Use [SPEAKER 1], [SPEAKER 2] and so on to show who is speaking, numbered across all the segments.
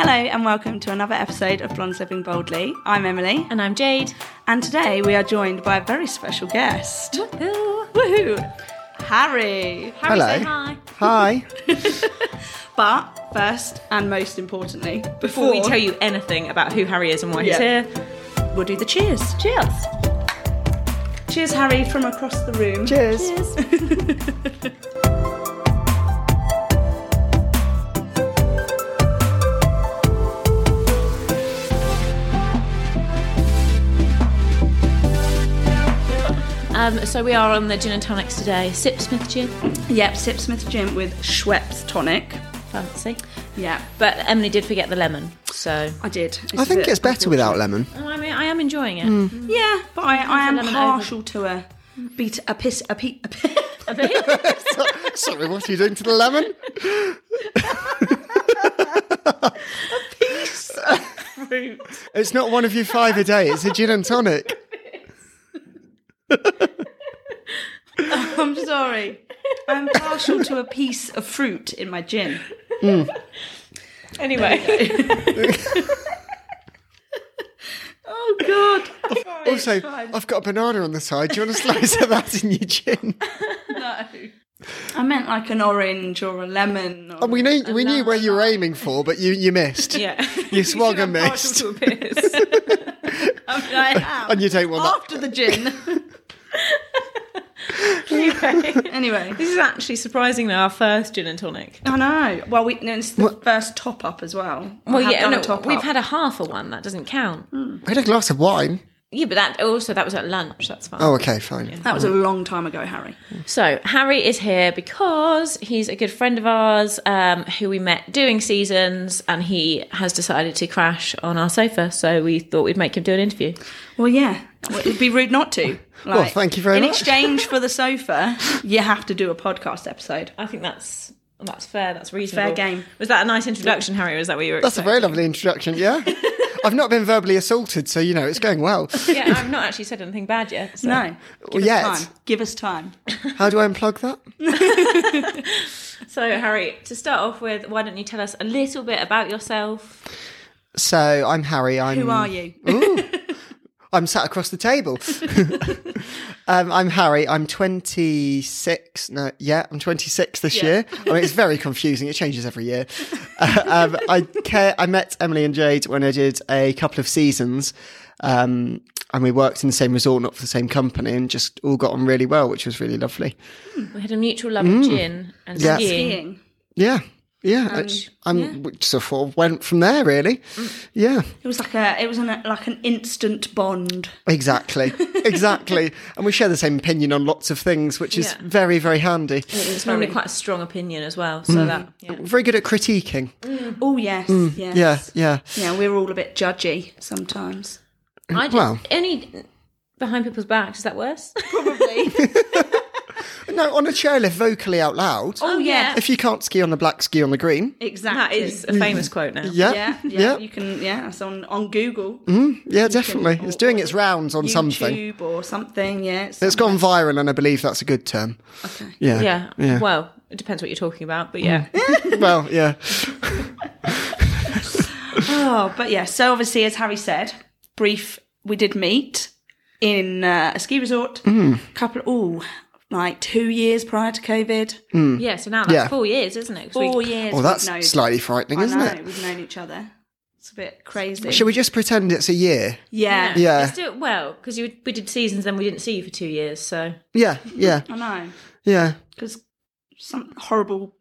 [SPEAKER 1] Hello, and welcome to another episode of Blondes Living Boldly. I'm Emily,
[SPEAKER 2] And I'm Jade.
[SPEAKER 1] and today we are joined by a very special guest.
[SPEAKER 2] Woohoo!
[SPEAKER 1] Woohoo! Harry!
[SPEAKER 2] Harry,
[SPEAKER 3] Hello.
[SPEAKER 2] say hi.
[SPEAKER 3] Hi.
[SPEAKER 1] But first and most importantly,
[SPEAKER 2] Before we tell you anything about who Harry is and why
[SPEAKER 1] Yeah.
[SPEAKER 2] he's here,
[SPEAKER 1] we'll do the cheers.
[SPEAKER 2] cheers.
[SPEAKER 1] Cheers, Harry, from across the room.
[SPEAKER 3] Cheers.
[SPEAKER 2] Um, so we are on the gin and tonics today. Sip Smith gin,
[SPEAKER 1] Yep, Sip Smith Gin with Schweppes tonic.
[SPEAKER 2] fancy.
[SPEAKER 1] Yeah,
[SPEAKER 2] But Emily did forget the lemon, so
[SPEAKER 1] I did. This
[SPEAKER 3] I
[SPEAKER 1] is
[SPEAKER 3] think
[SPEAKER 1] it.
[SPEAKER 3] it's better without lemon.
[SPEAKER 2] Oh, I mean I am enjoying it.
[SPEAKER 1] Yeah, but I, I am
[SPEAKER 2] lemon
[SPEAKER 1] partial to a beat a piss a pe a pe-
[SPEAKER 2] A bit.
[SPEAKER 3] Sorry, what are you doing to the lemon?
[SPEAKER 2] Fruit.
[SPEAKER 3] It's not one of your five a day, it's a gin and tonic.
[SPEAKER 1] I'm sorry. I'm partial to a piece of fruit in my gin.
[SPEAKER 2] Anyway,
[SPEAKER 1] Oh God!
[SPEAKER 3] Also, uh, I've got a banana on the side. Do you want a slice of that in your gin?
[SPEAKER 1] no. I meant like an orange or a lemon. Or...
[SPEAKER 3] And we knew we knew where you were aiming for, but you, you missed.
[SPEAKER 2] yeah.
[SPEAKER 3] You swung and
[SPEAKER 2] I'm partial
[SPEAKER 3] missed.
[SPEAKER 2] to a piss.
[SPEAKER 1] I, mean, I am.
[SPEAKER 3] And you don't want that.
[SPEAKER 1] after the gin.
[SPEAKER 2] anyway,
[SPEAKER 1] anyway,
[SPEAKER 2] this is actually surprisingly our first gin and tonic.
[SPEAKER 1] I know. Well, we, no, it's the first top up as well. I
[SPEAKER 2] Well,
[SPEAKER 1] have
[SPEAKER 2] yeah,
[SPEAKER 1] done a
[SPEAKER 2] no,
[SPEAKER 1] top
[SPEAKER 2] we've
[SPEAKER 1] up.
[SPEAKER 2] had a half a one. That doesn't count.
[SPEAKER 3] I had a glass of wine.
[SPEAKER 2] Yeah, but that also that was at lunch. That's fine.
[SPEAKER 3] Oh, okay, fine.
[SPEAKER 1] That was a long time ago, Harry.
[SPEAKER 2] So Harry is here because he's a good friend of ours um, who we met doing seasons, and he has decided to crash on our sofa. So we thought we'd make him do an interview.
[SPEAKER 1] Well, yeah, Well, it'd be rude not to.
[SPEAKER 3] Well, thank you very
[SPEAKER 1] in
[SPEAKER 3] much.
[SPEAKER 1] exchange for the sofa, you have to do a podcast episode.
[SPEAKER 2] I think that's that's fair. That's reasonable.
[SPEAKER 1] Fair game.
[SPEAKER 2] Was that a nice introduction, Harry? Or is that what you were?
[SPEAKER 3] That's a very lovely introduction, yeah? I've not been verbally assaulted, so you know, it's going well.
[SPEAKER 2] yeah, I've not actually said anything bad yet. so-
[SPEAKER 1] No, give
[SPEAKER 3] Well,
[SPEAKER 1] us
[SPEAKER 3] yet.
[SPEAKER 1] time. Give us time.
[SPEAKER 3] How do I unplug that?
[SPEAKER 2] So Harry, to start off with, why don't you tell us a little bit about yourself?
[SPEAKER 3] So, I'm Harry. I'm
[SPEAKER 1] Who are you?
[SPEAKER 3] I'm sat across the table. um, I'm Harry. I'm 26. No, yeah, I'm 26 this year. I mean, it's very confusing. It changes every year. Uh, um, I care. I met Emily and Jade when I did a couple of seasons, um, and we worked in the same resort, not for the same company, and just all got on really well, which was really lovely.
[SPEAKER 2] We had a mutual love
[SPEAKER 3] Mm.
[SPEAKER 2] of gin and
[SPEAKER 3] Yeah.
[SPEAKER 2] skiing.
[SPEAKER 1] Being.
[SPEAKER 3] Yeah, yeah. Mm. it- I'm which sort of went from there, really. Yeah.
[SPEAKER 1] It was like a, it was an, like an instant bond.
[SPEAKER 3] Exactly, exactly, and we share the same opinion on lots of things, which is
[SPEAKER 2] Yeah.
[SPEAKER 3] very, very handy.
[SPEAKER 2] It's normally quite a strong opinion as well. So
[SPEAKER 3] Mm.
[SPEAKER 2] that yeah.
[SPEAKER 3] very good at critiquing.
[SPEAKER 1] Oh yes, yes.
[SPEAKER 3] Mm, Yeah, yeah.
[SPEAKER 1] Yeah, we're all a bit judgy sometimes.
[SPEAKER 2] I just,
[SPEAKER 3] Mm. Well.
[SPEAKER 2] only behind people's backs. Is that worse?
[SPEAKER 1] Probably.
[SPEAKER 3] No, on a chairlift, vocally out loud.
[SPEAKER 1] oh yeah,
[SPEAKER 3] If you can't ski on the black, ski on the green.
[SPEAKER 2] That
[SPEAKER 1] exactly.
[SPEAKER 2] is a famous quote now.
[SPEAKER 3] Yeah,
[SPEAKER 1] Yeah, yeah,
[SPEAKER 3] yeah,
[SPEAKER 1] You can yeah, that's on on Google,
[SPEAKER 3] yeah, definitely.
[SPEAKER 1] or-
[SPEAKER 3] It's doing its rounds on
[SPEAKER 1] YouTube
[SPEAKER 3] Mm, something.
[SPEAKER 1] or something. Yeah, it's,
[SPEAKER 3] It's gone viral, and I believe that's a good term.
[SPEAKER 2] Yeah.
[SPEAKER 3] Yeah, yeah. Mm-hmm.
[SPEAKER 2] Well, it depends what you're talking about, but yeah.
[SPEAKER 3] Well, yeah,
[SPEAKER 1] Oh, but yeah. So obviously, as Harry said, brief. We did meet in uh, a ski resort.
[SPEAKER 3] Mm.
[SPEAKER 1] A couple. Oh, like two years prior to COVID.
[SPEAKER 2] yeah, so now that's
[SPEAKER 3] Yeah.
[SPEAKER 2] Mm. four years, isn't it? 'Cause we-
[SPEAKER 1] Four years.
[SPEAKER 3] well, Mm. Oh, that's
[SPEAKER 1] we've known.
[SPEAKER 3] slightly frightening,
[SPEAKER 1] I
[SPEAKER 3] isn't
[SPEAKER 1] know,
[SPEAKER 3] it?
[SPEAKER 1] We've known each other. It's a bit crazy.
[SPEAKER 3] Should we just pretend it's a year?
[SPEAKER 1] Yeah.
[SPEAKER 3] Yeah.
[SPEAKER 2] It's still, well, because we did seasons, then we didn't see you for two years, so.
[SPEAKER 3] Yeah, yeah,
[SPEAKER 1] I know.
[SPEAKER 3] yeah.
[SPEAKER 1] Because some horrible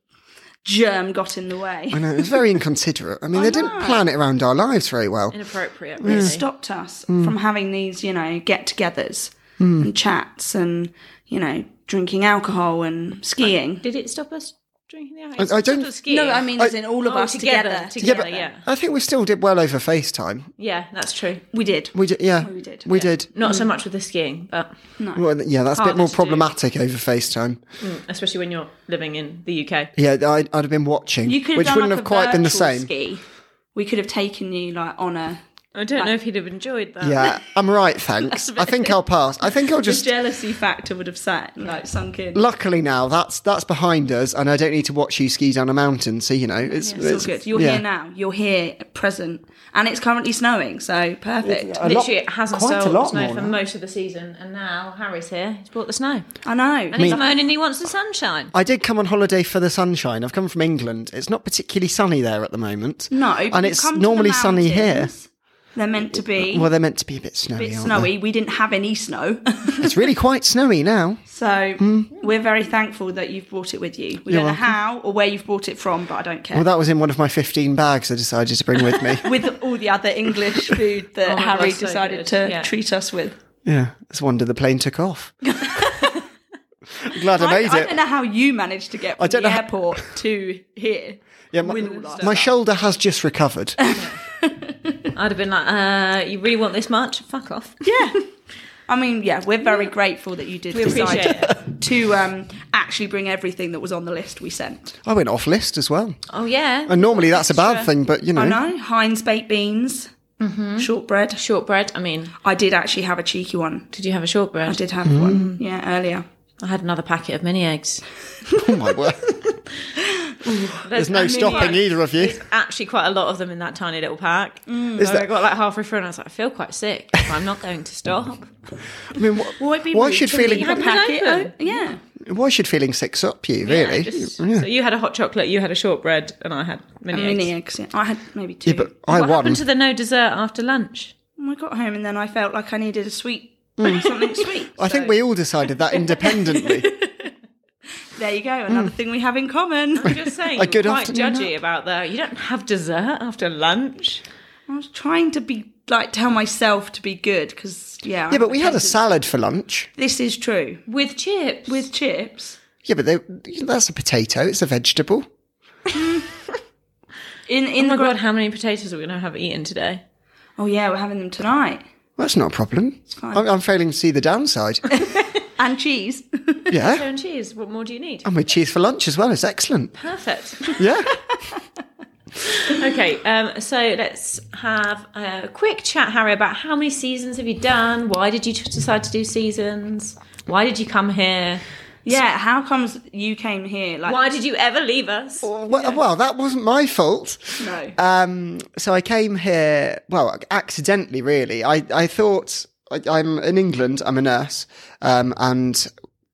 [SPEAKER 1] germ got in the way.
[SPEAKER 3] I know it's very inconsiderate. I mean, they didn't plan it around our lives very well.
[SPEAKER 2] Inappropriate,
[SPEAKER 3] Mm.
[SPEAKER 1] It
[SPEAKER 2] really.
[SPEAKER 1] stopped us
[SPEAKER 3] Hmm.
[SPEAKER 1] from having these, you know, get togethers and chats and, you know, drinking alcohol and skiing.
[SPEAKER 2] Did it stop us drinking the
[SPEAKER 3] I
[SPEAKER 2] alcohol? It stopped
[SPEAKER 3] don't-
[SPEAKER 2] us skiing.
[SPEAKER 1] No, I mean, as in all of
[SPEAKER 2] Oh,
[SPEAKER 1] us together.
[SPEAKER 2] together,
[SPEAKER 1] together.
[SPEAKER 2] together, yeah, yeah.
[SPEAKER 3] I think we still did well over FaceTime.
[SPEAKER 2] that's true.
[SPEAKER 1] We did.
[SPEAKER 3] We did, yeah,
[SPEAKER 1] We did.
[SPEAKER 3] we did.
[SPEAKER 2] Not so much with the skiing, but
[SPEAKER 3] Well, yeah, that's a bit
[SPEAKER 2] Harder
[SPEAKER 3] more
[SPEAKER 2] to do.
[SPEAKER 3] problematic over FaceTime.
[SPEAKER 2] especially when you're living in the UK.
[SPEAKER 3] Yeah, I'd, I'd have been watching,
[SPEAKER 1] You could have
[SPEAKER 3] which
[SPEAKER 1] done
[SPEAKER 3] wouldn't
[SPEAKER 1] like
[SPEAKER 3] have
[SPEAKER 1] a
[SPEAKER 3] quite been the
[SPEAKER 1] virtual
[SPEAKER 3] same.
[SPEAKER 1] Ski. We could have taken you like on a
[SPEAKER 2] I don't know if he'd have enjoyed that.
[SPEAKER 3] Yeah, I'm right, thanks. I think I'll pass. I think I'll
[SPEAKER 1] The
[SPEAKER 3] just
[SPEAKER 1] jealousy factor would have sat like sunk in.
[SPEAKER 3] luckily now that's that's behind us and I don't need to watch you ski down a mountain, so you know, it's
[SPEAKER 1] It's all good. You're
[SPEAKER 3] yeah.
[SPEAKER 1] here now. You're here at present, and it's currently snowing, so perfect.
[SPEAKER 3] A lot-
[SPEAKER 2] Literally, it hasn't
[SPEAKER 3] quite a
[SPEAKER 2] stolen
[SPEAKER 3] lot
[SPEAKER 2] snow
[SPEAKER 3] more
[SPEAKER 2] for
[SPEAKER 3] now.
[SPEAKER 2] most of the season, and now Harry's here. He's brought the snow,
[SPEAKER 1] I know.
[SPEAKER 2] and he's moaning he wants the sunshine.
[SPEAKER 3] I did come on holiday for the sunshine. I've come from England. It's not particularly sunny there at the moment.
[SPEAKER 1] no,
[SPEAKER 3] and
[SPEAKER 1] you
[SPEAKER 3] it's
[SPEAKER 1] come to the
[SPEAKER 3] normally sunny here.
[SPEAKER 1] mountains. They're meant to be
[SPEAKER 3] Well, they're meant to be a bit
[SPEAKER 1] a
[SPEAKER 3] snowy.
[SPEAKER 1] bit
[SPEAKER 3] aren't
[SPEAKER 1] snowy. We didn't have any snow,
[SPEAKER 3] they? It's really quite snowy now.
[SPEAKER 1] so we're very thankful that you've brought it with you. We
[SPEAKER 3] Hmm? You're
[SPEAKER 1] don't know
[SPEAKER 3] welcome.
[SPEAKER 1] how or where you've brought it from, but I don't care.
[SPEAKER 3] Well, that was in one of my 15 bags I decided to bring with me.
[SPEAKER 1] with all the other English food that
[SPEAKER 2] Oh my
[SPEAKER 1] Harry
[SPEAKER 2] God, so
[SPEAKER 1] decided
[SPEAKER 2] good.
[SPEAKER 1] to
[SPEAKER 2] Yeah.
[SPEAKER 1] treat us with.
[SPEAKER 3] yeah, it's a wonder the plane took off. I'm glad I
[SPEAKER 1] I,
[SPEAKER 3] made
[SPEAKER 1] I
[SPEAKER 3] it.
[SPEAKER 1] don't know how you managed to get from
[SPEAKER 3] don't
[SPEAKER 1] the
[SPEAKER 3] know how-
[SPEAKER 1] airport to here.
[SPEAKER 3] Yeah, my,
[SPEAKER 1] with all that
[SPEAKER 3] my
[SPEAKER 1] stuff.
[SPEAKER 3] shoulder has just recovered.
[SPEAKER 2] I'd have been like, uh, "You really want this much? Fuck off."
[SPEAKER 1] Yeah. I mean, yeah, we're very grateful that you did
[SPEAKER 2] We
[SPEAKER 1] decide
[SPEAKER 2] appreciate it.
[SPEAKER 1] to um, actually bring everything that was on the list we sent.
[SPEAKER 3] I went off list as well.
[SPEAKER 2] Oh yeah,
[SPEAKER 3] And normally that's a bad thing, but
[SPEAKER 2] Oh,
[SPEAKER 3] you know.
[SPEAKER 1] I know, Heinz baked beans,
[SPEAKER 3] Mm-hmm.
[SPEAKER 1] shortbread.
[SPEAKER 2] shortbread. I mean,
[SPEAKER 1] I did actually have a cheeky one.
[SPEAKER 2] did you have a shortbread?
[SPEAKER 1] I did have
[SPEAKER 3] Mm.
[SPEAKER 1] one, yeah, earlier.
[SPEAKER 2] I had another packet of mini eggs.
[SPEAKER 3] Oh my word. There's no stopping either of you. Mm.
[SPEAKER 2] Actually, quite a lot of them in that tiny little pack.
[SPEAKER 3] Is
[SPEAKER 2] So I
[SPEAKER 3] that,
[SPEAKER 2] got like halfway through, and I was like, "I feel quite sick. but I'm not going to stop."
[SPEAKER 3] I mean, wh-
[SPEAKER 1] Well, it'd be
[SPEAKER 3] Why
[SPEAKER 1] rude
[SPEAKER 3] should
[SPEAKER 1] to leave
[SPEAKER 3] feeling- You
[SPEAKER 1] a
[SPEAKER 2] had mine
[SPEAKER 1] packet?
[SPEAKER 2] open.
[SPEAKER 1] o- yeah,
[SPEAKER 3] why should feeling sick up you,
[SPEAKER 2] Yeah,
[SPEAKER 3] really?
[SPEAKER 2] just-
[SPEAKER 3] Yeah.
[SPEAKER 2] So you had a hot chocolate, you had a shortbread, and I had mini eggs.
[SPEAKER 1] mini eggs. yeah. I had maybe two.
[SPEAKER 3] Yeah, but I
[SPEAKER 2] what
[SPEAKER 3] won.
[SPEAKER 2] happened to the no dessert after lunch?
[SPEAKER 1] I got home and then I felt like I needed a sweet, something sweet.
[SPEAKER 3] Mm. I think
[SPEAKER 1] So
[SPEAKER 3] we all decided that independently.
[SPEAKER 1] There you go,
[SPEAKER 3] Mm.
[SPEAKER 1] another thing we have in common.
[SPEAKER 2] I'm just saying,
[SPEAKER 3] A
[SPEAKER 2] you're
[SPEAKER 3] good
[SPEAKER 2] quite
[SPEAKER 3] afternoon
[SPEAKER 2] judgy about that. You don't have dessert after lunch.
[SPEAKER 1] I was trying to be like tell myself to be good because yeah.
[SPEAKER 3] yeah, but we had a salad for lunch.
[SPEAKER 1] This is true
[SPEAKER 2] With chips.
[SPEAKER 1] with chips
[SPEAKER 3] Yeah, but they, that's a potato. It's a vegetable.
[SPEAKER 1] in in
[SPEAKER 2] oh my
[SPEAKER 1] the gra-
[SPEAKER 2] god, how many potatoes are we going to have eaten today?
[SPEAKER 1] Oh yeah, we're having them tonight
[SPEAKER 3] Well, that's not a problem. It's
[SPEAKER 1] fine.
[SPEAKER 3] I'm, I'm failing to see the downside.
[SPEAKER 1] and cheese.
[SPEAKER 2] Potato
[SPEAKER 3] yeah.
[SPEAKER 2] and cheese. What more do you need?
[SPEAKER 3] And with cheese for lunch as well. It's excellent.
[SPEAKER 2] Perfect.
[SPEAKER 3] Yeah.
[SPEAKER 2] okay, um, so let's have a quick chat, Harry, about how many seasons have you done? Why did you t- decide to do seasons? Why did you come here?
[SPEAKER 1] yeah, how comes you came here? Like
[SPEAKER 2] Why did you ever leave us?
[SPEAKER 3] well, well, that wasn't my fault.
[SPEAKER 1] no,
[SPEAKER 3] Um, so I came here, well, accidentally, really. I, I thought I, I'm in England, I'm a nurse, um, and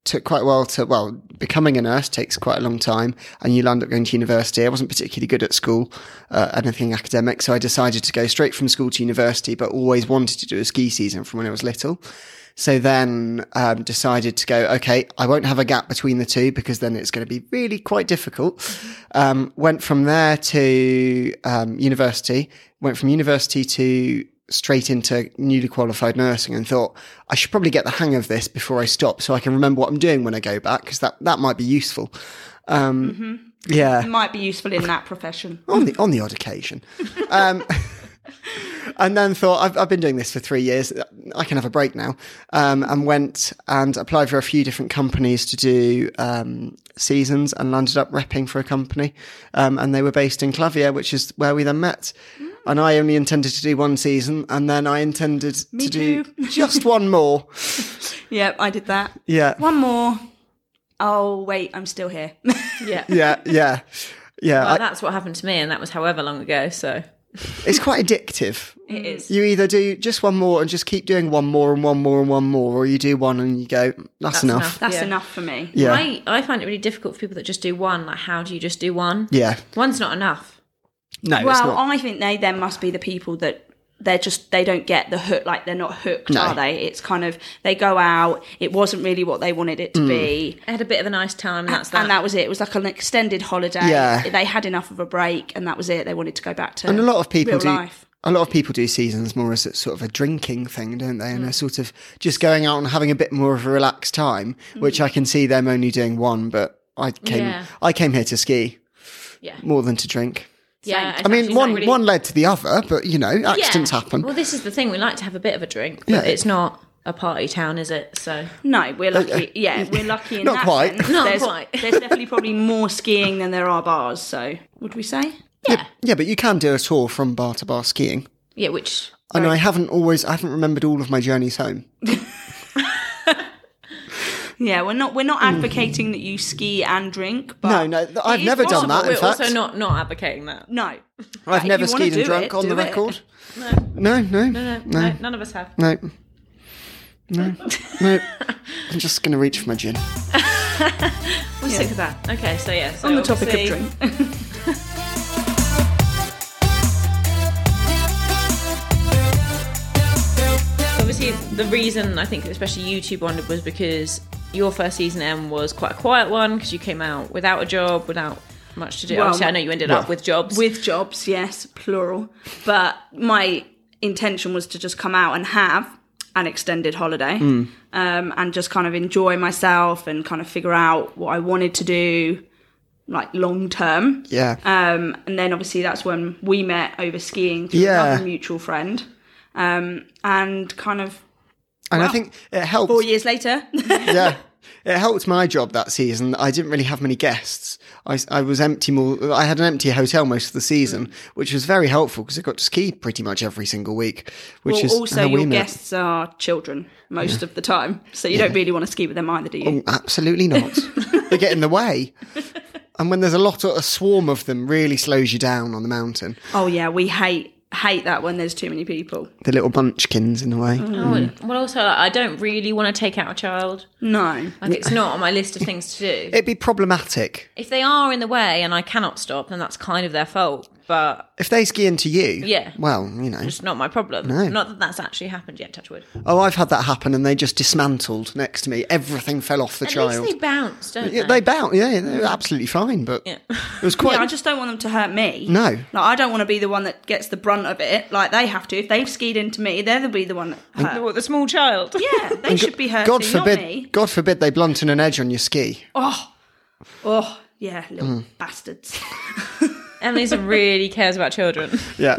[SPEAKER 3] took quite a while to, well, becoming a nurse takes quite a long time, and you end up going to university. I wasn't particularly good at school, uh, anything academic, so I decided to go straight from school to university, but always wanted to do a ski season from when I was little. So then um, decided to go, okay, I won't have a gap between the two because then it's going to be really quite difficult. Um, went from there to um, university, went from university to straight into newly qualified nursing and thought, I should probably get the hang of this before I stop so I can remember what I'm doing when I go back because that, that might be useful. Um, Yeah
[SPEAKER 1] it might be useful in that profession.
[SPEAKER 3] on the on the odd occasion. Um, and then thought I've, I've been doing this for three years. I can have a break now. Um, and went and applied for a few different companies to do um, seasons and landed up repping for a company. Um, and they were based in Clavier, which is where we then met. And I only intended to do one season, and then I intended to do
[SPEAKER 1] too.
[SPEAKER 3] just one more.
[SPEAKER 1] Yeah, I did that.
[SPEAKER 3] Yeah,
[SPEAKER 1] One more. Oh wait, I'm still here.
[SPEAKER 2] Yeah.
[SPEAKER 3] yeah, yeah, yeah.
[SPEAKER 2] Well,
[SPEAKER 3] I-
[SPEAKER 2] that's what happened to me, and that was however long ago. So
[SPEAKER 3] it's quite addictive.
[SPEAKER 2] it is.
[SPEAKER 3] you either do just one more and just keep doing one more and one more and one more, or you do one and you go, that's, enough.
[SPEAKER 2] enough.
[SPEAKER 1] That's
[SPEAKER 2] Yeah.
[SPEAKER 1] enough for me.
[SPEAKER 3] Yeah,
[SPEAKER 2] I, I find it really difficult for people that just do one. Like, how do you just do one?
[SPEAKER 3] yeah.
[SPEAKER 2] One's not enough.
[SPEAKER 3] No, it's
[SPEAKER 1] Well,
[SPEAKER 3] not.
[SPEAKER 1] I think they then must be the people that they're just they don't get the hook like they're not hooked,
[SPEAKER 3] No.
[SPEAKER 1] are they? It's kind of they go out. It wasn't really what they wanted
[SPEAKER 3] Mm.
[SPEAKER 1] it to be,
[SPEAKER 2] I had a bit of a nice time, and that's that.
[SPEAKER 1] and that was it. It was like an extended holiday.
[SPEAKER 3] Yeah.
[SPEAKER 1] they had enough of a break, and that was it. They wanted to go back to
[SPEAKER 3] and a lot of people
[SPEAKER 1] real
[SPEAKER 3] do.
[SPEAKER 1] life.
[SPEAKER 3] A lot of people do seasons more as a sort of a drinking thing, don't they? And a
[SPEAKER 2] Mm.
[SPEAKER 3] sort of just going out and having a bit more of a relaxed time, which I can see them only doing one. But I came,
[SPEAKER 2] Mm. Yeah.
[SPEAKER 3] I came here to ski
[SPEAKER 2] yeah.
[SPEAKER 3] more than to drink.
[SPEAKER 2] yeah it's
[SPEAKER 3] I mean,
[SPEAKER 2] actually not
[SPEAKER 3] one
[SPEAKER 2] really-
[SPEAKER 3] one led to the other, but you know,
[SPEAKER 2] Yeah.
[SPEAKER 3] accidents happen.
[SPEAKER 2] Well, this is the thing. We like to have a bit of a drink, but
[SPEAKER 3] Yeah.
[SPEAKER 2] it's not a party town, is it? So
[SPEAKER 1] No, we're lucky. Yeah, we're lucky in
[SPEAKER 3] Not
[SPEAKER 1] that
[SPEAKER 3] quite.
[SPEAKER 1] sense.
[SPEAKER 2] Not
[SPEAKER 1] there's,
[SPEAKER 2] quite.
[SPEAKER 1] there's definitely probably more skiing than there are bars. So would we say?
[SPEAKER 2] yeah.
[SPEAKER 3] yeah, but you can do a tour from bar to bar skiing.
[SPEAKER 2] Yeah, which
[SPEAKER 3] And I haven't always, I haven't remembered all of my journeys home.
[SPEAKER 1] Yeah, we're not we're not advocating that you ski and drink. But
[SPEAKER 3] Mm-hmm. No, no, th- I've
[SPEAKER 1] it is
[SPEAKER 3] never done
[SPEAKER 1] possible.
[SPEAKER 3] that.
[SPEAKER 2] we're
[SPEAKER 3] In fact,
[SPEAKER 2] also not not advocating that.
[SPEAKER 1] No,
[SPEAKER 3] I've
[SPEAKER 1] if
[SPEAKER 3] never
[SPEAKER 1] you wanna
[SPEAKER 3] skied and
[SPEAKER 1] do
[SPEAKER 3] drunk
[SPEAKER 1] it,
[SPEAKER 3] on the
[SPEAKER 1] do it.
[SPEAKER 3] record.
[SPEAKER 2] No,
[SPEAKER 3] No, no,
[SPEAKER 2] no, no,
[SPEAKER 3] no,
[SPEAKER 2] none of us have.
[SPEAKER 3] no, no. no. I'm just going to reach for my gin.
[SPEAKER 2] We'll stick with that. Okay, so yeah, so
[SPEAKER 1] on the topic of
[SPEAKER 2] obviously-
[SPEAKER 1] drink.
[SPEAKER 2] Obviously, the reason I think, especially you two bonded, was because your first season M was quite a quiet one because you came out without a job, without much to do.
[SPEAKER 1] Well,
[SPEAKER 2] obviously, I know you ended up with jobs.
[SPEAKER 1] with jobs yes plural but my intention was to just come out and have an extended holiday
[SPEAKER 3] Hmm.
[SPEAKER 1] um, and just kind of enjoy myself and kind of figure out what i wanted to do like long term
[SPEAKER 3] Yeah.
[SPEAKER 1] um, and then obviously that's when we met over skiing through
[SPEAKER 3] Yeah.
[SPEAKER 1] another mutual friend um, and kind of
[SPEAKER 3] and I
[SPEAKER 1] wow.
[SPEAKER 3] think it helped.
[SPEAKER 1] four years later
[SPEAKER 3] yeah. It helped my job that season. that I didn't really have many guests. I, I was empty more. I had an empty hotel most of the season, which was very helpful because I got to ski pretty much every single week. Which
[SPEAKER 1] well,
[SPEAKER 3] is
[SPEAKER 1] also
[SPEAKER 3] how we
[SPEAKER 1] your
[SPEAKER 3] met.
[SPEAKER 1] guests are children most of the time so you don't really want to ski with them either do you
[SPEAKER 3] Oh. Absolutely not. they get in the way. And when there's a lot, of, a swarm of them really slows you down on the mountain.
[SPEAKER 1] Oh yeah, we hate hate that when there's too many people.
[SPEAKER 3] The little bunchkins in the way.
[SPEAKER 2] Oh, and- well, also, like, I don't really want to take out a child.
[SPEAKER 1] No.
[SPEAKER 2] Like, it's not on my list of things to do.
[SPEAKER 3] It'd be problematic
[SPEAKER 2] If they are in the way and I cannot stop, then that's kind of their fault. But
[SPEAKER 3] if they ski into you.
[SPEAKER 2] Yeah.
[SPEAKER 3] Well, you know.
[SPEAKER 2] it's not my problem.
[SPEAKER 3] No.
[SPEAKER 2] Not that that's actually happened yet. Touchwood.
[SPEAKER 3] Oh, I've had that happen, and they just dismantled next to me. Everything fell off the
[SPEAKER 2] At
[SPEAKER 3] child.
[SPEAKER 2] least they bounce, don't
[SPEAKER 3] Yeah, they bound. Yeah, they were absolutely fine, but
[SPEAKER 2] Yeah.
[SPEAKER 3] it was quite.
[SPEAKER 1] Yeah, I just don't want them to hurt me.
[SPEAKER 3] No.
[SPEAKER 1] Like I don't want to be the one that gets the brunt of it. Like they have to. If they've skied into me, they'll be the one that hurt.
[SPEAKER 2] What, the small child?
[SPEAKER 1] Yeah, they should be hurting,
[SPEAKER 3] God forbid.
[SPEAKER 1] not me.
[SPEAKER 3] God forbid they blunten an edge on your ski.
[SPEAKER 1] Oh, oh, yeah, little
[SPEAKER 3] Mm.
[SPEAKER 1] bastards.
[SPEAKER 2] Emily's really cares about children.
[SPEAKER 3] Yeah,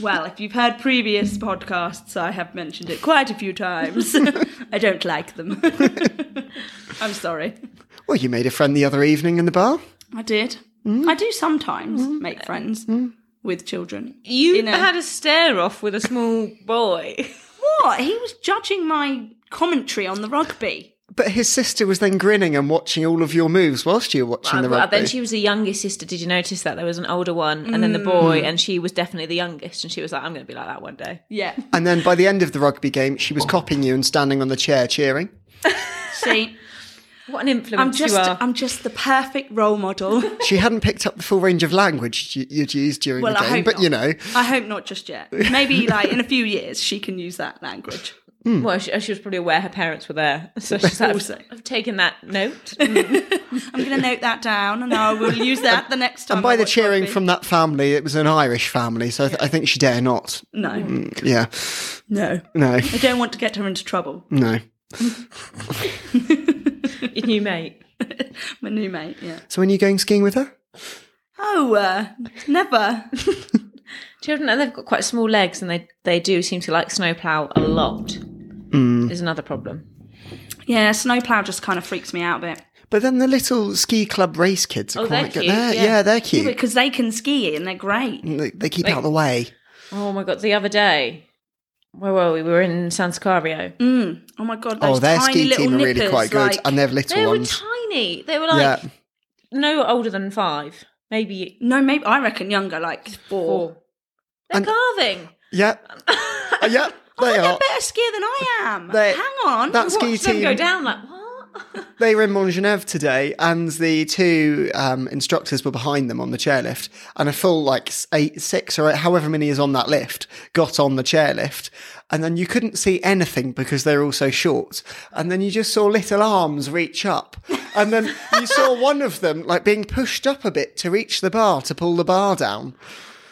[SPEAKER 1] Well, if you've heard previous podcasts, I have mentioned it quite a few times. I don't like them. I'm sorry.
[SPEAKER 3] well, you made a friend the other evening in the bar.
[SPEAKER 1] I did.
[SPEAKER 3] Mm.
[SPEAKER 1] I do sometimes make friends with children.
[SPEAKER 2] You
[SPEAKER 1] In a-
[SPEAKER 2] had a stare off with a small boy.
[SPEAKER 1] What? He was judging my commentary on the rugby.
[SPEAKER 3] But his sister was then grinning and watching all of your moves whilst you were watching the
[SPEAKER 2] Well,
[SPEAKER 3] rugby.
[SPEAKER 2] then she was the youngest sister. Did you notice that there was an older one and then the boy, and she was definitely the youngest? And she was like, "I'm going to be like that one day."
[SPEAKER 1] Yeah.
[SPEAKER 3] and then by the end of the rugby game, she was copying you and standing on the chair cheering.
[SPEAKER 1] See,
[SPEAKER 2] What an influence
[SPEAKER 1] I'm just
[SPEAKER 2] you are!
[SPEAKER 1] I'm just the perfect role model.
[SPEAKER 3] She hadn't picked up the full range of language you- you'd used during
[SPEAKER 1] Well,
[SPEAKER 3] the
[SPEAKER 1] I
[SPEAKER 3] game,
[SPEAKER 1] hope
[SPEAKER 3] but
[SPEAKER 1] not.
[SPEAKER 3] you know,
[SPEAKER 1] I hope not just yet. Maybe like in a few years she can use that language.
[SPEAKER 2] Mm. Well, she, she was probably aware her parents were there, so she's like,
[SPEAKER 1] Also.
[SPEAKER 2] "I've, I've taken that note."
[SPEAKER 1] I'm going to note that down, and I will use that the next time.
[SPEAKER 3] and by
[SPEAKER 1] I
[SPEAKER 3] the
[SPEAKER 1] watch
[SPEAKER 3] cheering
[SPEAKER 1] rugby.
[SPEAKER 3] from that family, it was an Irish family, so I, th- I think she dare not.
[SPEAKER 1] no,
[SPEAKER 3] Yeah,
[SPEAKER 1] no,
[SPEAKER 3] no,
[SPEAKER 1] I don't want to get her into trouble.
[SPEAKER 3] no.
[SPEAKER 2] Your new mate.
[SPEAKER 1] My new mate. Yeah.
[SPEAKER 3] So when are you going skiing with her?
[SPEAKER 1] Oh, uh, never.
[SPEAKER 2] Children, and they've got quite small legs, and they they do seem to like snowplow a lot.
[SPEAKER 3] Mm.
[SPEAKER 2] Is another problem.
[SPEAKER 1] Yeah, snowplow just kind of freaks me out a bit
[SPEAKER 3] But then the little ski club race kids are
[SPEAKER 2] Oh, they're
[SPEAKER 3] quite good.
[SPEAKER 2] cute,
[SPEAKER 3] They're- yeah.
[SPEAKER 2] yeah.
[SPEAKER 3] they're cute.
[SPEAKER 1] because they can ski and they're great.
[SPEAKER 3] they, they keep out the way.
[SPEAKER 2] Oh my god! The other day, where were we? We were in San Scario.
[SPEAKER 1] Oh my god, those
[SPEAKER 3] Oh, their
[SPEAKER 1] tiny
[SPEAKER 3] ski
[SPEAKER 1] little
[SPEAKER 3] team are really
[SPEAKER 1] nippers,
[SPEAKER 3] quite good,
[SPEAKER 1] like-
[SPEAKER 3] and they have little
[SPEAKER 2] They
[SPEAKER 3] ones.
[SPEAKER 2] were tiny. They were like
[SPEAKER 3] yeah,
[SPEAKER 2] no older than five, maybe
[SPEAKER 1] No, maybe I reckon younger, like four.
[SPEAKER 2] four. They're
[SPEAKER 3] And-
[SPEAKER 2] carving.
[SPEAKER 3] yeah, Uh, yeah. They
[SPEAKER 1] Oh, They're
[SPEAKER 3] are.
[SPEAKER 1] better skier than I am.
[SPEAKER 3] They-
[SPEAKER 1] Hang on.
[SPEAKER 3] That
[SPEAKER 2] Watch
[SPEAKER 3] ski
[SPEAKER 2] them go
[SPEAKER 3] team.
[SPEAKER 2] down like what?
[SPEAKER 3] They were in Montgenèvre today, and the two um, instructors were behind them on the chairlift, and a full like s- eight, six, or eight, however many is on that lift got on the chairlift, and then you couldn't see anything because they're all so short, and then you just saw little arms reach up, and then you saw one of them like being pushed up a bit to reach the bar to pull the bar down.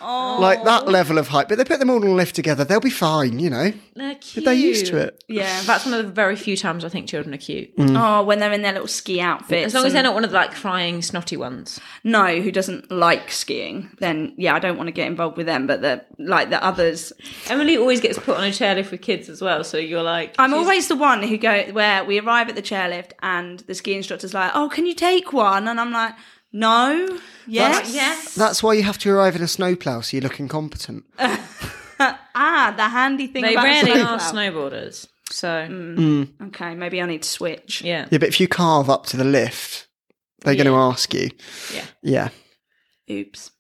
[SPEAKER 3] like that level of height. But they put them all on a lift together. They'll be fine, you know.
[SPEAKER 2] They're cute.
[SPEAKER 3] They're used to it. Mm.
[SPEAKER 1] Yeah.
[SPEAKER 2] That's one of the very few times I think children are cute.
[SPEAKER 1] Oh, when they're in their little ski outfits.
[SPEAKER 2] As long as
[SPEAKER 1] and-
[SPEAKER 2] they're not one of the like crying snotty ones.
[SPEAKER 1] no, who doesn't like skiing, then yeah, I don't want to get involved with them. But the like the others,
[SPEAKER 2] Emily always gets put on a chairlift with kids as well, so you're like
[SPEAKER 1] I'm
[SPEAKER 2] she's-
[SPEAKER 1] always the one who go where we arrive at the chairlift and the ski instructor's like, "Oh, can you take one?" And I'm like, "No, yes,
[SPEAKER 3] That's why you have to arrive in a snowplow so you look incompetent.
[SPEAKER 1] ah, the handy thing
[SPEAKER 2] They
[SPEAKER 1] about
[SPEAKER 2] rarely
[SPEAKER 1] snowplow.
[SPEAKER 2] are snowboarders. So,
[SPEAKER 1] Okay, maybe I need to switch.
[SPEAKER 2] yeah.
[SPEAKER 3] Yeah, but if you carve up to the lift, they're going to ask you.
[SPEAKER 2] Yeah.
[SPEAKER 3] Yeah.
[SPEAKER 1] Oops.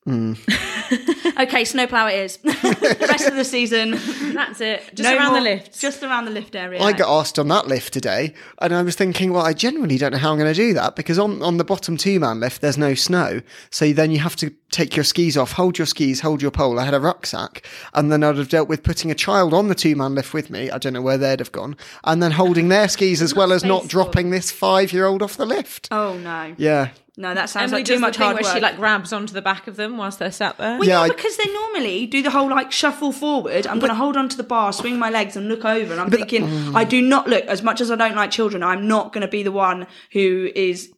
[SPEAKER 1] okay, snowplow it is. the rest of the season.
[SPEAKER 2] That's it. Just
[SPEAKER 1] No
[SPEAKER 2] around the
[SPEAKER 1] more-
[SPEAKER 2] lifts.
[SPEAKER 1] Just around the lift area.
[SPEAKER 3] I got asked on that lift today, and I was thinking, well, I genuinely don't know how I'm going to do that because on, on the bottom two man lift, there's no snow. So then you have to take your skis off, hold your skis, hold your pole. I had a rucksack, and then I'd have dealt with putting a child on the two man lift with me. I don't know where they'd have gone, and then holding their skis as well as not dropping this five year old off the lift.
[SPEAKER 1] Oh no.
[SPEAKER 3] Yeah.
[SPEAKER 1] No, that sounds
[SPEAKER 2] Emily
[SPEAKER 1] like
[SPEAKER 2] does
[SPEAKER 1] too much
[SPEAKER 2] the thing
[SPEAKER 1] hard
[SPEAKER 2] where
[SPEAKER 1] work.
[SPEAKER 2] she like grabs onto the back of them whilst they're sat there.
[SPEAKER 1] Well,
[SPEAKER 3] Yeah,
[SPEAKER 1] yeah,
[SPEAKER 3] I-
[SPEAKER 1] because they normally do the whole like shuffle forward. I'm going to hold onto the bar, swing my legs, and look over. And I'm thinking,
[SPEAKER 3] Mm.
[SPEAKER 1] I do not look as much as I don't like children. I'm not going to be the one who is,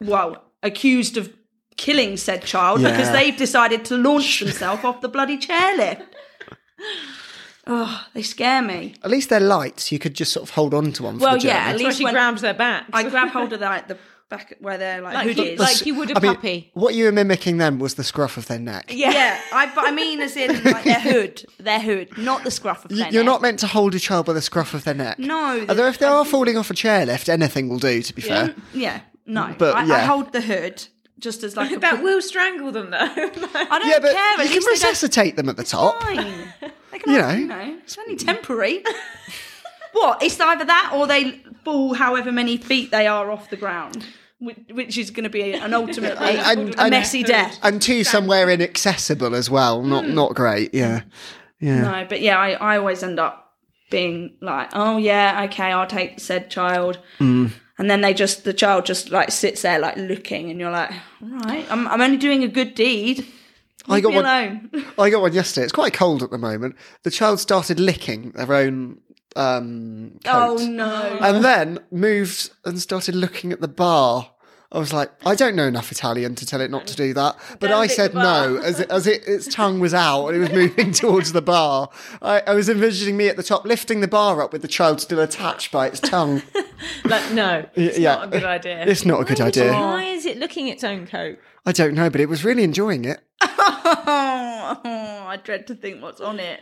[SPEAKER 1] well, accused of killing said child because
[SPEAKER 3] Yeah.
[SPEAKER 1] they've decided to launch themselves off the bloody chairlift. Oh, they scare me.
[SPEAKER 3] At least they're lights. You could just sort of hold on to one for
[SPEAKER 1] Well,
[SPEAKER 3] the journey.
[SPEAKER 1] yeah, at
[SPEAKER 2] That's why
[SPEAKER 1] least
[SPEAKER 2] she
[SPEAKER 1] when
[SPEAKER 2] grabs their backs.
[SPEAKER 1] I grab hold of the, like the back where they're like,
[SPEAKER 2] Like
[SPEAKER 1] hoodies.
[SPEAKER 2] you- like you would a
[SPEAKER 3] I mean,
[SPEAKER 2] puppy.
[SPEAKER 3] what you were mimicking then was the scruff of their neck.
[SPEAKER 1] yeah, I, but I mean, as in like their hood, their hood, not the scruff of
[SPEAKER 3] Y-
[SPEAKER 1] their
[SPEAKER 3] You're
[SPEAKER 1] neck.
[SPEAKER 3] not meant to hold a child by the scruff of their neck.
[SPEAKER 1] No,
[SPEAKER 3] Although if they are falling off a chairlift, anything will do. To be fair,
[SPEAKER 1] Yeah, no.
[SPEAKER 3] But,
[SPEAKER 1] But I, I
[SPEAKER 3] yeah.
[SPEAKER 1] hold the hood just as like a.
[SPEAKER 2] that will strangle them though.
[SPEAKER 1] I don't
[SPEAKER 3] yeah, but
[SPEAKER 1] care. At
[SPEAKER 3] you
[SPEAKER 1] least
[SPEAKER 3] can resuscitate them at the top.
[SPEAKER 1] they don't fine. They can
[SPEAKER 3] You
[SPEAKER 1] have- you
[SPEAKER 3] know.
[SPEAKER 1] know, it's only temporary. what? It's either that or they fall however many feet they are off the ground, which, which is going to be an ultimately
[SPEAKER 3] And-
[SPEAKER 1] a
[SPEAKER 3] and-
[SPEAKER 1] messy death.
[SPEAKER 3] And two somewhere inaccessible as well. Not
[SPEAKER 1] Hmm.
[SPEAKER 3] not great. Yeah, yeah.
[SPEAKER 1] No, but yeah, I, I always end up being like, oh yeah, okay, I'll take said child.
[SPEAKER 3] Mm.
[SPEAKER 1] And then they just, the child just like sits there like looking and you're like, all right, I'm, I'm only doing a good deed. Leave
[SPEAKER 3] I got
[SPEAKER 1] me
[SPEAKER 3] one.
[SPEAKER 1] alone.
[SPEAKER 3] I got one yesterday. It's quite cold at the moment. The child started licking their own um,
[SPEAKER 1] Oh
[SPEAKER 3] coat,
[SPEAKER 1] no.
[SPEAKER 3] and then moved and started looking at the bar. I was like, I don't know enough Italian to tell it not to do that, but
[SPEAKER 2] Don't
[SPEAKER 3] I
[SPEAKER 2] lick
[SPEAKER 3] said
[SPEAKER 2] the bar.
[SPEAKER 3] no as it, as it, its tongue was out and it was moving towards the bar. I, I was envisioning me at the top lifting the bar up with the child still attached by its tongue.
[SPEAKER 2] like, no, it's
[SPEAKER 3] yeah.
[SPEAKER 2] not a good idea.
[SPEAKER 3] It's not a good idea.
[SPEAKER 2] Why is it licking its own coat?
[SPEAKER 3] I don't know, but it was really enjoying it.
[SPEAKER 1] Oh, oh, I dread to think what's on it.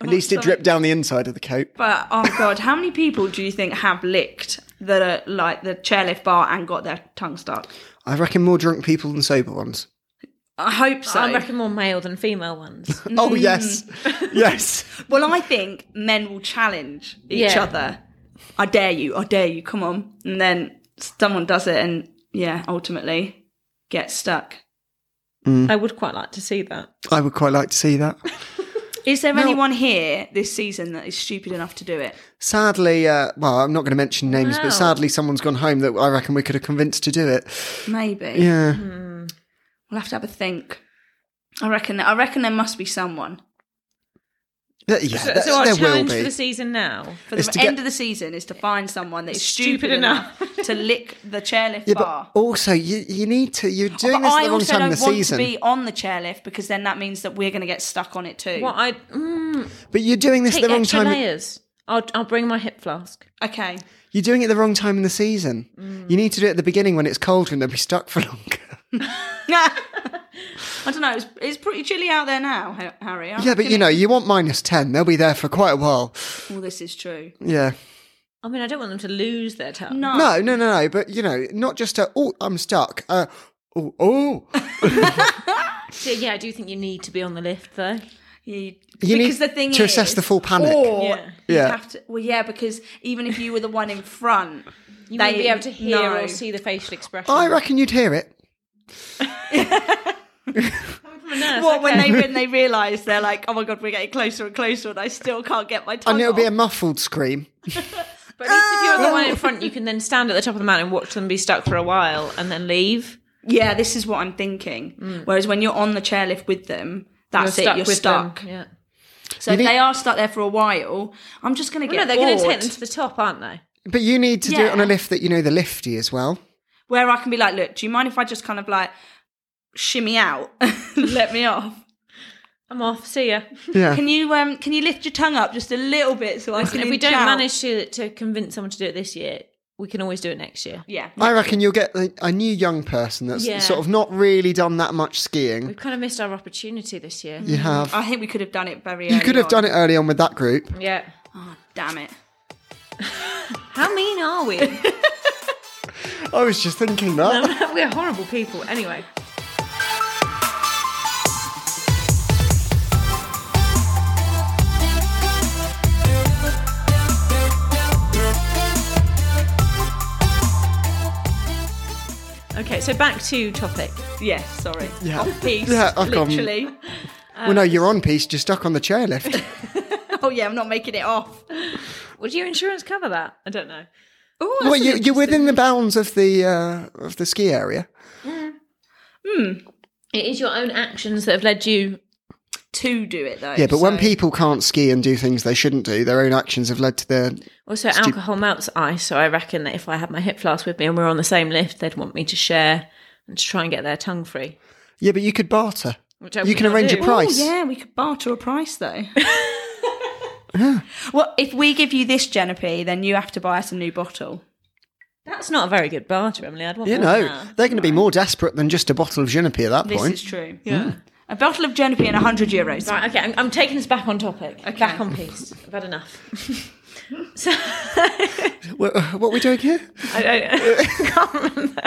[SPEAKER 2] Oh,
[SPEAKER 3] At least it dripped down the inside of the coat.
[SPEAKER 1] But oh god, how many people do you think have licked the like the chairlift bar and got their tongue stuck?
[SPEAKER 3] I reckon more drunk people than sober ones.
[SPEAKER 1] I hope so.
[SPEAKER 2] I reckon more male than female ones.
[SPEAKER 3] Oh, yes.
[SPEAKER 2] Mm.
[SPEAKER 3] Yes.
[SPEAKER 1] well, I think men will challenge each
[SPEAKER 2] Yeah.
[SPEAKER 1] other. I dare you. I dare you. Come on. And then someone does it, and yeah, ultimately gets stuck.
[SPEAKER 3] Mm.
[SPEAKER 2] I would quite like to see that.
[SPEAKER 3] I would quite like to see that.
[SPEAKER 1] Is there anyone here this season that is stupid enough to do it?
[SPEAKER 3] Sadly, uh, well, I'm not going to mention names,
[SPEAKER 2] Wow.
[SPEAKER 3] but sadly, someone's gone home that I reckon we could have convinced to do it.
[SPEAKER 1] Maybe.
[SPEAKER 3] Yeah.
[SPEAKER 1] Mm-hmm. We'll have to have a think. I reckon. I reckon there must be someone.
[SPEAKER 3] Th- Yeah,
[SPEAKER 2] So,
[SPEAKER 3] that-
[SPEAKER 2] so our
[SPEAKER 3] there will
[SPEAKER 2] challenge
[SPEAKER 3] be.
[SPEAKER 2] for the season now.
[SPEAKER 1] For
[SPEAKER 3] Is
[SPEAKER 1] the
[SPEAKER 3] to
[SPEAKER 1] end
[SPEAKER 3] get-
[SPEAKER 1] of the season is to find someone that is
[SPEAKER 2] Stupid
[SPEAKER 1] stupid, enough to lick the chairlift
[SPEAKER 3] yeah,
[SPEAKER 1] bar.
[SPEAKER 3] but also, you, you need to. You're doing
[SPEAKER 1] But
[SPEAKER 3] this at
[SPEAKER 1] I
[SPEAKER 3] the wrong
[SPEAKER 1] also
[SPEAKER 3] time
[SPEAKER 1] don't
[SPEAKER 3] of the
[SPEAKER 1] want
[SPEAKER 3] season.
[SPEAKER 1] to be on the chairlift because then that means that we're going to get stuck on it too.
[SPEAKER 2] What I mm,
[SPEAKER 3] But you're doing this at
[SPEAKER 2] take
[SPEAKER 3] the wrong
[SPEAKER 2] extra
[SPEAKER 3] time.
[SPEAKER 2] layers. I'll I'll bring my hip flask.
[SPEAKER 1] Okay.
[SPEAKER 3] You're doing it the wrong time in the season.
[SPEAKER 1] Mm.
[SPEAKER 3] You need to do it at the beginning when it's colder and they'll be stuck for longer.
[SPEAKER 1] I don't know. It's, it's pretty chilly out there now, Ha- Harry. I
[SPEAKER 3] yeah, but
[SPEAKER 1] reckon
[SPEAKER 3] you know, you want minus 10. They'll be there for quite a while.
[SPEAKER 1] it- all this is true.
[SPEAKER 3] Yeah.
[SPEAKER 2] I mean, I don't want them to lose their tongue.
[SPEAKER 1] No,
[SPEAKER 3] No, no, no, no. But, you know, not just a, oh, I'm stuck. Uh, oh, oh.
[SPEAKER 2] So, yeah, I do think you need to be on the lift though.
[SPEAKER 1] You,
[SPEAKER 3] You
[SPEAKER 1] because
[SPEAKER 3] need
[SPEAKER 1] the thing
[SPEAKER 3] to
[SPEAKER 1] is,
[SPEAKER 3] assess the full panic.
[SPEAKER 1] Or
[SPEAKER 2] Yeah.
[SPEAKER 1] you
[SPEAKER 3] Yeah.
[SPEAKER 1] have to. Well, yeah, because even if you were the one in front,
[SPEAKER 2] You
[SPEAKER 1] They-
[SPEAKER 2] won't be able to hear
[SPEAKER 1] no.
[SPEAKER 2] or see the facial expression.
[SPEAKER 3] I reckon you'd hear it.
[SPEAKER 2] Nurse,
[SPEAKER 1] what when
[SPEAKER 2] okay.
[SPEAKER 1] they when they realise they're like, oh my god, we're getting closer and closer, and I still can't get my tongue.
[SPEAKER 3] And it'll be a
[SPEAKER 1] off."
[SPEAKER 3] muffled scream.
[SPEAKER 2] But at least if you're the one in front, you can then stand at the top of the mountain, watch them be stuck for a while, and then leave.
[SPEAKER 1] yeah, this is what I'm thinking. Whereas when you're on the chairlift with them. That's it. You're
[SPEAKER 2] Mm. with them.
[SPEAKER 1] stuck.
[SPEAKER 2] Yeah.
[SPEAKER 1] So if they are stuck there for a while, I'm just going to
[SPEAKER 2] Well, no,
[SPEAKER 1] get.
[SPEAKER 2] they're going to
[SPEAKER 1] bored.
[SPEAKER 2] take them to the top, aren't they?
[SPEAKER 3] But you need to do it on a
[SPEAKER 1] Yeah.
[SPEAKER 3] lift that you know the lifty as well.
[SPEAKER 1] where I can be like, look, do you mind if I just kind of like shimmy out, let me off?
[SPEAKER 2] I'm off. See ya.
[SPEAKER 3] Yeah.
[SPEAKER 1] Can you um can you lift your tongue up just a little bit so I can?
[SPEAKER 2] if we
[SPEAKER 1] inch
[SPEAKER 2] don't
[SPEAKER 1] out?
[SPEAKER 2] manage to, to convince someone to do it this year, we can always do it next year.
[SPEAKER 1] Yeah.
[SPEAKER 3] I reckon you'll get a a new young person that's
[SPEAKER 2] Yeah.
[SPEAKER 3] sort of not really done that much skiing.
[SPEAKER 2] We've kind of missed our opportunity this year.
[SPEAKER 3] You have.
[SPEAKER 1] Mm. I think we could have done it very
[SPEAKER 3] You could have done it early on with that group.
[SPEAKER 2] Yeah.
[SPEAKER 1] Oh, damn it.
[SPEAKER 2] How mean are we?
[SPEAKER 3] I was just thinking that.
[SPEAKER 2] Um, We're horrible people. Anyway. Okay, so back to topic.
[SPEAKER 1] Yes, sorry.
[SPEAKER 3] Yeah.
[SPEAKER 1] Off piece.
[SPEAKER 3] Yeah, oh, I've gone-
[SPEAKER 1] literally. Um,
[SPEAKER 3] well, no, you're on piece. You're stuck on the chairlift.
[SPEAKER 1] Oh yeah, I'm not making it off.
[SPEAKER 2] Would your insurance cover that? I don't know.
[SPEAKER 1] Oh,
[SPEAKER 3] well, you, you're within the bounds of the uh, of the ski area.
[SPEAKER 2] It is your own actions that have led you.
[SPEAKER 1] to do it though.
[SPEAKER 3] Yeah, but when
[SPEAKER 1] so-
[SPEAKER 3] people can't ski and do things they shouldn't do, their own actions have led to their.
[SPEAKER 2] Also, alcohol melts ice, so I reckon that if I had my hip flask with me and we were on the same lift, they'd want me to share and to try and get their tongue free.
[SPEAKER 3] Yeah, but you could barter.
[SPEAKER 2] Which I
[SPEAKER 3] You can
[SPEAKER 2] will
[SPEAKER 3] arrange
[SPEAKER 2] do.
[SPEAKER 3] a price.
[SPEAKER 1] Oh, yeah, we could barter a price though. Well, if we give you this Genepi, then you have to buy us a new bottle.
[SPEAKER 2] That's not a very good barter, Emily. I'd want
[SPEAKER 3] You
[SPEAKER 2] more
[SPEAKER 3] know,
[SPEAKER 2] than that.
[SPEAKER 3] they're going to be more desperate than just a bottle of Genepi at that
[SPEAKER 1] This
[SPEAKER 3] point.
[SPEAKER 1] is true. Yeah.
[SPEAKER 3] Hmm.
[SPEAKER 1] A bottle of Genepi and 100 euros.
[SPEAKER 2] Right, okay, I'm, I'm taking us back on topic. Back on piece. I've had enough. so, I,
[SPEAKER 3] What, uh, what are we doing here?
[SPEAKER 2] I can't remember.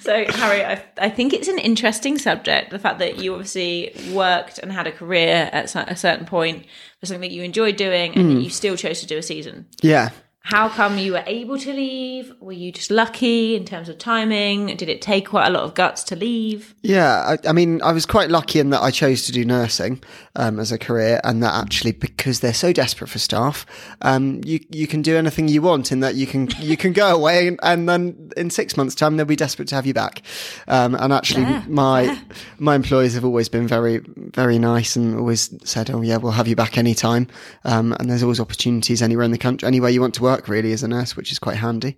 [SPEAKER 2] So, Harry, I, I think it's an interesting subject. The fact that you obviously worked and had a career at cer- a certain point for something that you enjoyed doing and
[SPEAKER 3] Hmm.
[SPEAKER 2] that you still chose to do a season.
[SPEAKER 3] Yeah.
[SPEAKER 2] How come you were able to leave? Were you just lucky in terms of timing? Did it take quite a lot of guts to leave?
[SPEAKER 3] Yeah, I, I mean, I was quite lucky in that I chose to do nursing um, as a career, and that actually because they're so desperate for staff, um, you you can do anything you want. In that you can you can go away, and, and then in six months' time they'll be desperate to have you back. Um, and actually, my my employers have always been very very nice and always said, "Oh yeah, we'll have you back anytime." Um, and there's always opportunities anywhere in the country, anywhere you want to work really as a nurse, which is quite handy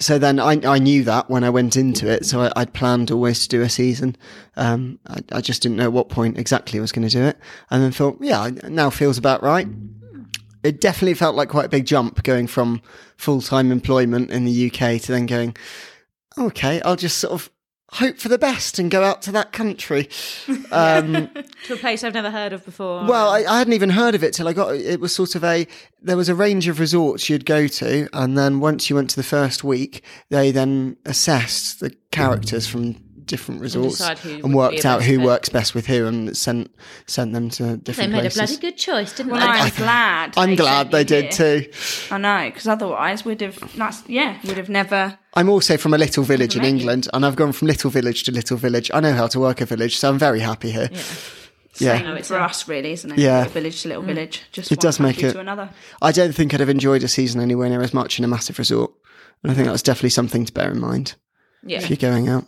[SPEAKER 3] so then I, I knew that when I went into it. So I, I'd planned always to do a season. Um, I, I just didn't know what point exactly I was going to do it. And then thought, yeah, it now feels about right. It definitely felt like quite a big jump going from full time employment in the UK to then going, okay, I'll just sort of hope for the best and go out to that country.
[SPEAKER 2] To a place I've never heard of before.
[SPEAKER 3] Well, I, I hadn't even heard of it till I got. It was sort of a there was a range of resorts you'd go to, and then once you went to the first week, they then assessed the characters from different resorts
[SPEAKER 2] decide who would
[SPEAKER 3] and
[SPEAKER 2] be
[SPEAKER 3] worked
[SPEAKER 2] a
[SPEAKER 3] out
[SPEAKER 2] best
[SPEAKER 3] who
[SPEAKER 2] fit.
[SPEAKER 3] works best with who, and sent sent them to
[SPEAKER 2] they
[SPEAKER 3] different
[SPEAKER 2] made
[SPEAKER 3] places.
[SPEAKER 2] a bloody good choice, didn't
[SPEAKER 1] Well,
[SPEAKER 2] they?
[SPEAKER 1] I'm glad.
[SPEAKER 3] I'm
[SPEAKER 1] sent
[SPEAKER 3] glad they
[SPEAKER 1] you
[SPEAKER 3] did
[SPEAKER 1] here.
[SPEAKER 3] too.
[SPEAKER 1] I know, because otherwise we'd have, that's, yeah, we'd have never.
[SPEAKER 3] I'm also from a little village in England, and I've gone from little village to little village. I know how to work a village, so I'm very happy here. Yeah.
[SPEAKER 1] Same for us, really, isn't it?
[SPEAKER 3] Yeah.
[SPEAKER 1] Little village to little village. Just
[SPEAKER 3] It
[SPEAKER 1] one
[SPEAKER 3] does make
[SPEAKER 1] country
[SPEAKER 3] it-
[SPEAKER 1] to another.
[SPEAKER 3] I don't think I'd have enjoyed a season anywhere near as much in a massive resort, and I think that's definitely something to bear in mind
[SPEAKER 2] Yeah.
[SPEAKER 3] if you're going out.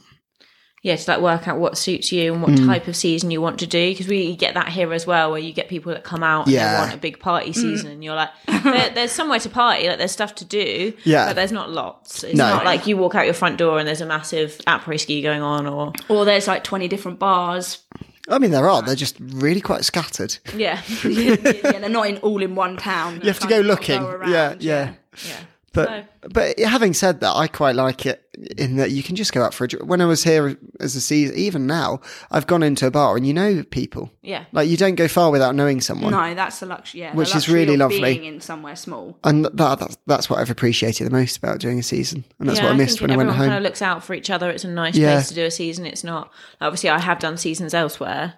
[SPEAKER 2] yeah, to like work out what suits you and what
[SPEAKER 3] Mm.
[SPEAKER 2] type of season you want to do. Because we get that here as well, where you get people that come out and
[SPEAKER 3] Yeah.
[SPEAKER 2] they want a big party season, and you're like, there, there's somewhere to party, like there's stuff to do,
[SPEAKER 3] Yeah.
[SPEAKER 2] but there's not lots. It's
[SPEAKER 3] No.
[SPEAKER 2] not like you walk out your front door and there's a massive après ski going on, or
[SPEAKER 1] Or there's like 20 different bars.
[SPEAKER 3] I mean, there are. They're just really quite scattered.
[SPEAKER 2] yeah,
[SPEAKER 1] yeah, they're not in all in one town.
[SPEAKER 3] You have to go looking. yeah, yeah,
[SPEAKER 2] yeah.
[SPEAKER 3] But but having said that, I quite like it in that you can just go out for a dr- When I was here as a season, even now, I've gone into a bar and you know people.
[SPEAKER 2] Yeah.
[SPEAKER 3] Like you don't go far without knowing someone.
[SPEAKER 1] No, that's the luxury. Yeah, the
[SPEAKER 3] Which is
[SPEAKER 1] luxury
[SPEAKER 3] really
[SPEAKER 1] of
[SPEAKER 3] lovely.
[SPEAKER 1] Being in somewhere small.
[SPEAKER 3] And that, that's that's what I've appreciated the most about doing a season, and that's
[SPEAKER 2] Yeah,
[SPEAKER 3] what I
[SPEAKER 2] think
[SPEAKER 3] missed when I went
[SPEAKER 2] everyone
[SPEAKER 3] home.
[SPEAKER 2] kind of looks out for each other. It's a nice
[SPEAKER 3] Yeah.
[SPEAKER 2] place to do a season. It's not obviously I have done seasons elsewhere.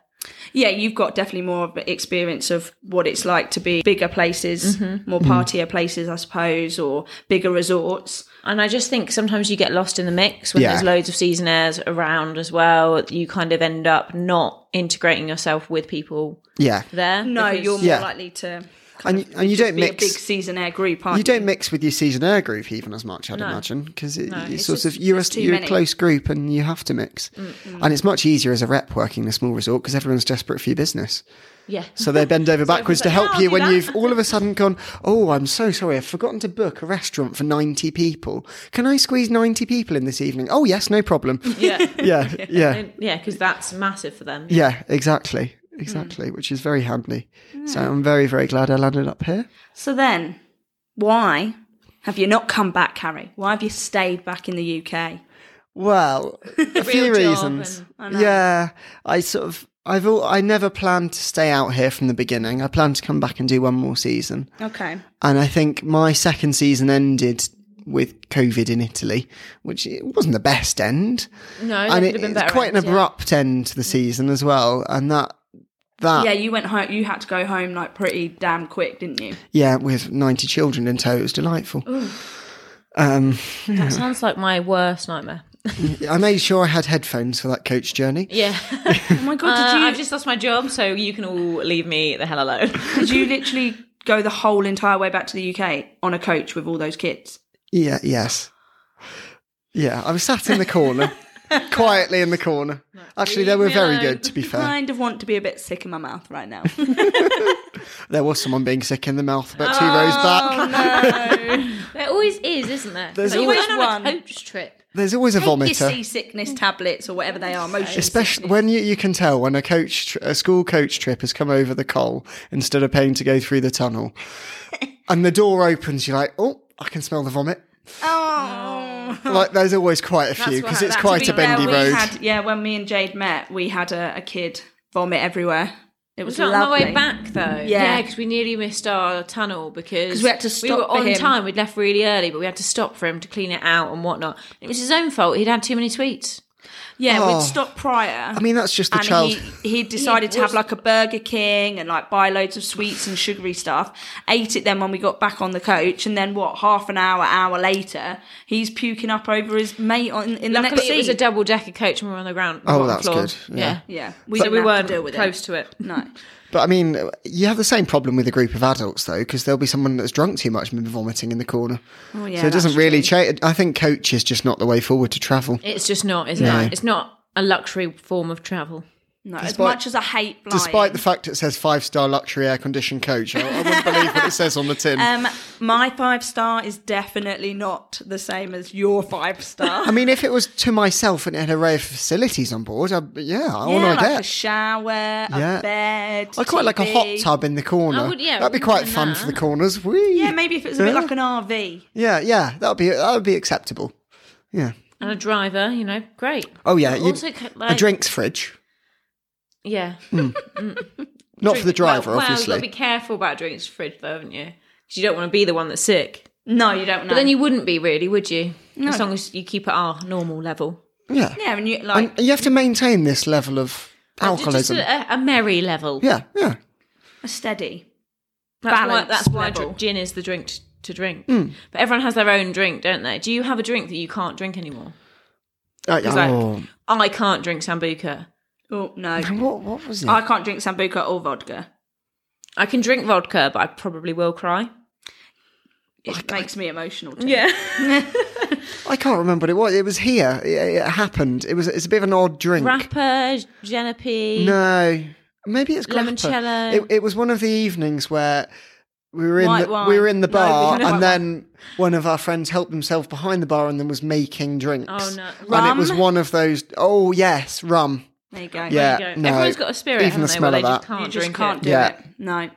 [SPEAKER 1] Yeah, you've got definitely more of an experience of what it's like to be bigger places, more
[SPEAKER 3] Mm-hmm.
[SPEAKER 1] partier places, I suppose, or bigger resorts.
[SPEAKER 2] And I just think sometimes you get lost in the mix when
[SPEAKER 3] Yeah.
[SPEAKER 2] there's loads of seasonaires around as well. You kind of end up not integrating yourself with people
[SPEAKER 3] yeah,
[SPEAKER 2] there.
[SPEAKER 1] No,
[SPEAKER 2] because-
[SPEAKER 1] you're more
[SPEAKER 3] Yeah.
[SPEAKER 1] likely to
[SPEAKER 3] and you, and you don't
[SPEAKER 1] be
[SPEAKER 3] mix.
[SPEAKER 1] a big season air group, aren't you?
[SPEAKER 3] you don't mix with your season air group even as much, I'd imagine, because it, it's, sort of you're, a,
[SPEAKER 1] too
[SPEAKER 3] you're a
[SPEAKER 1] many.
[SPEAKER 3] close group and you have to mix, and it's much easier as a rep working in a small resort because everyone's desperate for your business.
[SPEAKER 2] Yeah.
[SPEAKER 3] So they bend over backwards to
[SPEAKER 2] like,
[SPEAKER 3] help
[SPEAKER 2] "Yeah, I'll
[SPEAKER 3] you
[SPEAKER 2] do
[SPEAKER 3] when
[SPEAKER 2] that."
[SPEAKER 3] you've all of a sudden gone, oh, I'm so sorry, I've forgotten to book a restaurant for 90 people. Can I squeeze 90 people in this evening? Oh, yes, no problem.
[SPEAKER 2] Yeah.
[SPEAKER 3] yeah, yeah,
[SPEAKER 2] yeah, because that's massive for them.
[SPEAKER 3] yeah, exactly, exactly, which is very handy. So I'm very, very glad I landed up here.
[SPEAKER 1] So then, why Have you not come back, Harry? Why have you stayed back in the UK?
[SPEAKER 3] Well, a few
[SPEAKER 2] job
[SPEAKER 3] reasons.
[SPEAKER 2] and-
[SPEAKER 1] I know.
[SPEAKER 3] yeah, I sort of I've all, I never planned to stay out here from the beginning. I planned to come back and do one more season.
[SPEAKER 1] Okay.
[SPEAKER 3] And I think my second season ended with COVID in Italy, which it wasn't the best end.
[SPEAKER 2] No,
[SPEAKER 3] and
[SPEAKER 2] there
[SPEAKER 3] it,
[SPEAKER 2] could have been
[SPEAKER 3] it's
[SPEAKER 2] better
[SPEAKER 3] quite an
[SPEAKER 2] ends, yeah.
[SPEAKER 3] abrupt end to the season as well. And that that
[SPEAKER 1] Yeah,
[SPEAKER 3] yeah,
[SPEAKER 1] you went home. You had to go home like pretty damn quick, didn't you?
[SPEAKER 3] with ninety children in tow, it was delightful.
[SPEAKER 2] That sounds like my worst nightmare.
[SPEAKER 3] I made sure I had headphones for that coach journey.
[SPEAKER 2] Yeah.
[SPEAKER 1] Oh my god, did
[SPEAKER 2] Uh,
[SPEAKER 1] you?
[SPEAKER 2] I've just lost my job, so you can all leave me the hell alone.
[SPEAKER 1] Did you literally go the whole entire way back to the UK on a coach with all those kids?
[SPEAKER 3] Yeah, yes. Yeah, I was sat in the corner, quietly in the corner. Actually, they
[SPEAKER 2] leave
[SPEAKER 3] were
[SPEAKER 2] me
[SPEAKER 3] very
[SPEAKER 2] alone.
[SPEAKER 3] good, to be fair.
[SPEAKER 1] Kind of want to be a bit sick in my mouth right now.
[SPEAKER 3] There was someone being sick in the mouth about two rows
[SPEAKER 1] Oh.
[SPEAKER 3] back.
[SPEAKER 2] there always is, isn't there?
[SPEAKER 3] There's
[SPEAKER 2] Like, you
[SPEAKER 1] always
[SPEAKER 2] went on
[SPEAKER 1] one.
[SPEAKER 2] a coach trip.
[SPEAKER 3] There's always a
[SPEAKER 1] Take your
[SPEAKER 3] vomiter.
[SPEAKER 1] seasickness tablets or whatever they are. Motion
[SPEAKER 3] Especially when you, you can tell when a coach, tr- a school coach trip has come over the coal instead of paying to go through the tunnel, and the door opens. You're like, oh, I can smell the vomit.
[SPEAKER 1] Oh.
[SPEAKER 3] Like there's always quite a few
[SPEAKER 2] why-
[SPEAKER 3] because it's
[SPEAKER 2] that- to
[SPEAKER 3] quite
[SPEAKER 2] be
[SPEAKER 3] a bendy
[SPEAKER 1] we
[SPEAKER 3] road.
[SPEAKER 1] Had, yeah, when me and Jade met, we had a, a kid vomit everywhere. It was,
[SPEAKER 2] Was that on
[SPEAKER 1] lovely.
[SPEAKER 2] my way back though?
[SPEAKER 1] Yeah.
[SPEAKER 2] because we nearly missed our tunnel because
[SPEAKER 1] 'Cause we had to
[SPEAKER 2] were
[SPEAKER 1] stop for
[SPEAKER 2] on
[SPEAKER 1] him.
[SPEAKER 2] time. We'd left really early, but we had to stop for him to clean it out and whatnot. It was his own fault. He'd had too many sweets.
[SPEAKER 1] Yeah,
[SPEAKER 3] Oh.
[SPEAKER 1] we'd stopped prior.
[SPEAKER 3] I mean, that's just the
[SPEAKER 1] and
[SPEAKER 3] child.
[SPEAKER 1] he he decided to have like a Burger King and like buy loads of sweets and sugary stuff. Ate it then when we got back on the coach, and then what? Half an hour, hour later, he's puking up over his mate on in the
[SPEAKER 2] Luckily,
[SPEAKER 1] next
[SPEAKER 2] it was
[SPEAKER 1] seat.
[SPEAKER 2] a double decker coach, and we were on the ground.
[SPEAKER 3] Oh,
[SPEAKER 2] bottom
[SPEAKER 3] that's
[SPEAKER 2] floor.
[SPEAKER 3] good, yeah.
[SPEAKER 1] yeah, we,
[SPEAKER 2] so
[SPEAKER 1] didn't
[SPEAKER 2] we
[SPEAKER 1] have
[SPEAKER 2] weren't
[SPEAKER 1] to deal with
[SPEAKER 2] close
[SPEAKER 1] it.
[SPEAKER 2] to it.
[SPEAKER 1] No,
[SPEAKER 3] But I mean, you have the same problem with a group of adults though, because there'll be someone that's drunk too much and been vomiting in the corner.
[SPEAKER 1] oh yeah,
[SPEAKER 3] so it doesn't
[SPEAKER 1] that's
[SPEAKER 3] really change. I think coach is just not the way forward to travel.
[SPEAKER 2] It's just not, is
[SPEAKER 3] No.
[SPEAKER 2] it? It's not a luxury form of travel.
[SPEAKER 1] true. no. as
[SPEAKER 3] Despite-
[SPEAKER 1] much as I hate flying,
[SPEAKER 3] Despite the fact it says five star luxury air conditioned coach, I, I wouldn't believe what it says on the tin.
[SPEAKER 1] um, my five star is definitely not the same as your five star.
[SPEAKER 3] I mean, if it was to myself and it had an array of facilities on board, I, yeah, I
[SPEAKER 1] yeah,
[SPEAKER 3] all I
[SPEAKER 1] like
[SPEAKER 3] get.
[SPEAKER 1] a shower,
[SPEAKER 3] Yeah.
[SPEAKER 1] a bed.
[SPEAKER 3] I quite like a hot
[SPEAKER 1] TV.
[SPEAKER 3] tub in the corner.
[SPEAKER 2] I would- yeah,
[SPEAKER 3] that'd be
[SPEAKER 2] wouldn't
[SPEAKER 3] quite
[SPEAKER 2] mind
[SPEAKER 3] fun
[SPEAKER 2] that.
[SPEAKER 3] for the corners. Whee!
[SPEAKER 1] Yeah, maybe if it was a bit like an RV.
[SPEAKER 3] yeah, yeah, that would be that would be acceptable. Yeah.
[SPEAKER 2] And a driver, you know, great.
[SPEAKER 3] Oh yeah,
[SPEAKER 2] But
[SPEAKER 3] you,
[SPEAKER 2] also, c- like,
[SPEAKER 3] a drinks fridge,
[SPEAKER 2] Yeah.
[SPEAKER 3] not for the driver,
[SPEAKER 2] well,
[SPEAKER 3] obviously.
[SPEAKER 2] Well, you've got to be careful about drinks fridge, though, haven't you? Because you don't want to be the one that's sick.
[SPEAKER 1] No, you don't know.
[SPEAKER 2] But then you wouldn't be, really, would you? As long as you keep at our normal level.
[SPEAKER 3] yeah.
[SPEAKER 1] yeah, and you like
[SPEAKER 3] And you have to maintain this level of alcoholism.
[SPEAKER 2] Just a, a merry level.
[SPEAKER 3] yeah, yeah.
[SPEAKER 1] a steady.
[SPEAKER 2] That's why,
[SPEAKER 1] balanced
[SPEAKER 2] that's why
[SPEAKER 1] level.
[SPEAKER 2] gin is the drink t- to drink.
[SPEAKER 3] Hmm.
[SPEAKER 2] But everyone has their own drink, don't they? Do you have a drink that you can't drink anymore?
[SPEAKER 3] Uh, yeah.
[SPEAKER 2] like-
[SPEAKER 3] oh.
[SPEAKER 2] I can't drink Sambuca.
[SPEAKER 1] Oh no,
[SPEAKER 3] what, what was it?
[SPEAKER 1] I can't drink sambuca or vodka.
[SPEAKER 2] I can drink vodka, but I probably will cry.
[SPEAKER 1] It makes me emotional. Too.
[SPEAKER 2] Yeah.
[SPEAKER 3] I can't remember what it was. It was here. It, it happened. It was. It's a bit of an odd drink.
[SPEAKER 2] Grappa, Genepi.
[SPEAKER 3] no, maybe it's grappa.
[SPEAKER 2] Limoncello.
[SPEAKER 3] It, it was one of the evenings where we were in
[SPEAKER 1] White
[SPEAKER 3] the,
[SPEAKER 1] wine.
[SPEAKER 3] we were in the
[SPEAKER 1] No,
[SPEAKER 3] bar,
[SPEAKER 1] we didn't
[SPEAKER 3] and
[SPEAKER 1] have
[SPEAKER 3] then one of our friends helped himself behind the bar and then was making drinks.
[SPEAKER 2] Oh, no.
[SPEAKER 3] And it was
[SPEAKER 1] Rum?
[SPEAKER 3] one of those. Oh yes, rum.
[SPEAKER 1] There you go.
[SPEAKER 3] Yeah,
[SPEAKER 2] There you go.
[SPEAKER 3] no.
[SPEAKER 2] Everyone's got a spirit, haven't
[SPEAKER 3] Even the
[SPEAKER 2] they?
[SPEAKER 3] smell
[SPEAKER 2] Well,
[SPEAKER 3] of
[SPEAKER 2] they
[SPEAKER 3] that.
[SPEAKER 2] just can't
[SPEAKER 1] you just
[SPEAKER 2] drink
[SPEAKER 1] can't
[SPEAKER 2] it.
[SPEAKER 1] do
[SPEAKER 3] Yeah.
[SPEAKER 1] it. No,
[SPEAKER 3] Yeah.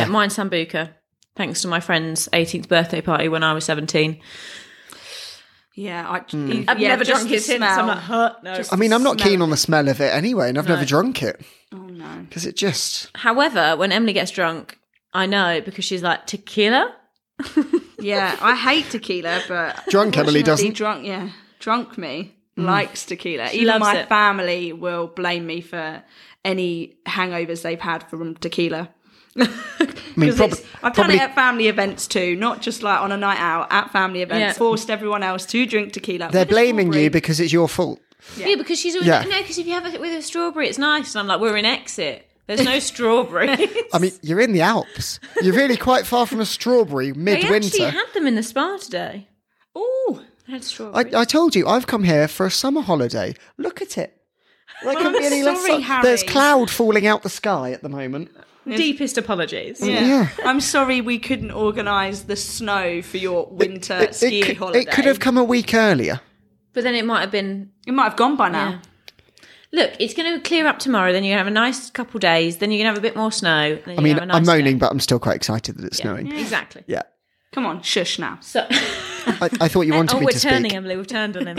[SPEAKER 2] Yeah, mine sambuca. Thanks to my friend's 18th birthday party when I was 17.
[SPEAKER 1] yeah, I, have
[SPEAKER 2] I'm like, huh, no.
[SPEAKER 3] Hmm. I mean, I'm not
[SPEAKER 1] smell
[SPEAKER 3] keen on the smell of it anyway, and I've never drunk it
[SPEAKER 1] oh no,
[SPEAKER 3] because it just.
[SPEAKER 2] However, when Emily gets drunk, I know because she's like tequila.
[SPEAKER 1] yeah, I hate tequila, but
[SPEAKER 3] Drunk Emily
[SPEAKER 1] unfortunately,
[SPEAKER 3] doesn't. Mm.
[SPEAKER 1] Drunk, yeah, drunk me likes tequila. Even
[SPEAKER 2] loves
[SPEAKER 1] my
[SPEAKER 2] it.
[SPEAKER 1] family will blame me for any hangovers they've had from tequila. Because
[SPEAKER 3] prob-
[SPEAKER 1] it's- I've
[SPEAKER 3] probably-
[SPEAKER 1] done it at family events too, not just like on a night out at family events.
[SPEAKER 2] Yeah.
[SPEAKER 1] Forced everyone else to drink tequila.
[SPEAKER 3] They're
[SPEAKER 1] With a
[SPEAKER 3] blaming you
[SPEAKER 1] strawberry.
[SPEAKER 3] because it's your fault.
[SPEAKER 2] Yeah, because she's always
[SPEAKER 3] Yeah.
[SPEAKER 2] like, no, because if you have it with a strawberry, it's nice. And I'm like, we're in exit. There's no strawberry.
[SPEAKER 3] I mean, you're in the Alps. You're really quite far from a strawberry
[SPEAKER 2] I actually
[SPEAKER 3] midwinter.
[SPEAKER 2] had them in the spa today.
[SPEAKER 1] Ooh,
[SPEAKER 2] I had
[SPEAKER 3] I,
[SPEAKER 2] strawberry.
[SPEAKER 3] I told you, I've come here for a summer holiday. Look at it. There couldn't be any less
[SPEAKER 1] Sorry,
[SPEAKER 3] sun. There's
[SPEAKER 1] Harry.
[SPEAKER 3] cloud falling out the sky at the moment.
[SPEAKER 2] Deepest apologies.
[SPEAKER 1] yeah.
[SPEAKER 3] Yeah.
[SPEAKER 1] I'm sorry we couldn't organise the snow for your
[SPEAKER 2] uh,
[SPEAKER 1] winter
[SPEAKER 3] It,
[SPEAKER 1] ski
[SPEAKER 3] it, could,
[SPEAKER 1] holiday.
[SPEAKER 3] it could have come a week earlier.
[SPEAKER 2] But then it might have been
[SPEAKER 1] It might have gone by now.
[SPEAKER 2] Look, it's going to clear up tomorrow. Then you're going to have a nice couple days. Then you're going to have a bit more snow. Then
[SPEAKER 3] I mean,
[SPEAKER 2] have a nice
[SPEAKER 3] I'm
[SPEAKER 2] day.
[SPEAKER 3] moaning, but I'm still quite excited that it's snowing.
[SPEAKER 2] Exactly.
[SPEAKER 3] Yeah.
[SPEAKER 1] Come on, shush now.
[SPEAKER 2] So,
[SPEAKER 3] I, I thought you wanted
[SPEAKER 2] oh,
[SPEAKER 3] me
[SPEAKER 2] we're
[SPEAKER 3] to
[SPEAKER 2] turning
[SPEAKER 3] speak.
[SPEAKER 2] him, Lou. We've turned on him.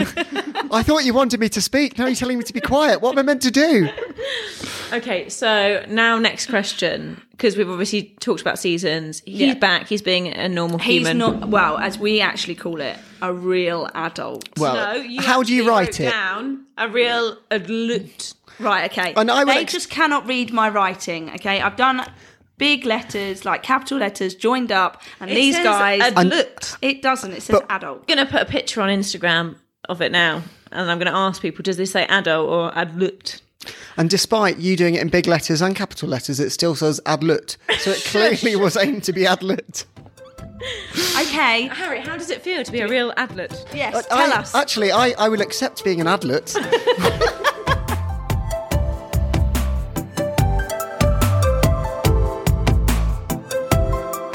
[SPEAKER 3] I thought you wanted me to speak. Now you're telling me to be quiet. What am I meant to do?
[SPEAKER 2] okay, so now next question because we've obviously talked about seasons. He's
[SPEAKER 1] Yeah.
[SPEAKER 2] back. He's being a normal
[SPEAKER 1] He's
[SPEAKER 2] human.
[SPEAKER 1] not well, as we actually call it, a real adult.
[SPEAKER 3] Well,
[SPEAKER 2] No, you
[SPEAKER 3] how do you
[SPEAKER 2] actually
[SPEAKER 3] write
[SPEAKER 2] wrote
[SPEAKER 3] it?
[SPEAKER 2] Down a real adult.
[SPEAKER 1] Right, okay.
[SPEAKER 3] And I would
[SPEAKER 1] they
[SPEAKER 3] ex-
[SPEAKER 1] just cannot read my writing, okay? I've done big letters, like capital letters, joined up, and
[SPEAKER 2] It
[SPEAKER 1] these
[SPEAKER 2] says
[SPEAKER 1] guys.
[SPEAKER 2] adult.
[SPEAKER 1] it doesn't, it says
[SPEAKER 3] But-
[SPEAKER 1] adult.
[SPEAKER 2] I'm gonna put a picture on Instagram of it now, and I'm gonna ask people: Does this say adult or adult?
[SPEAKER 3] And despite you doing it in big letters and capital letters, it still says adlut. So it clearly was aimed to be adlut.
[SPEAKER 1] Okay,
[SPEAKER 2] Harry, how does it feel to be a real adult?
[SPEAKER 1] yes,
[SPEAKER 3] But
[SPEAKER 1] tell
[SPEAKER 3] I-
[SPEAKER 1] us.
[SPEAKER 3] Actually, I, I will accept being an adlut.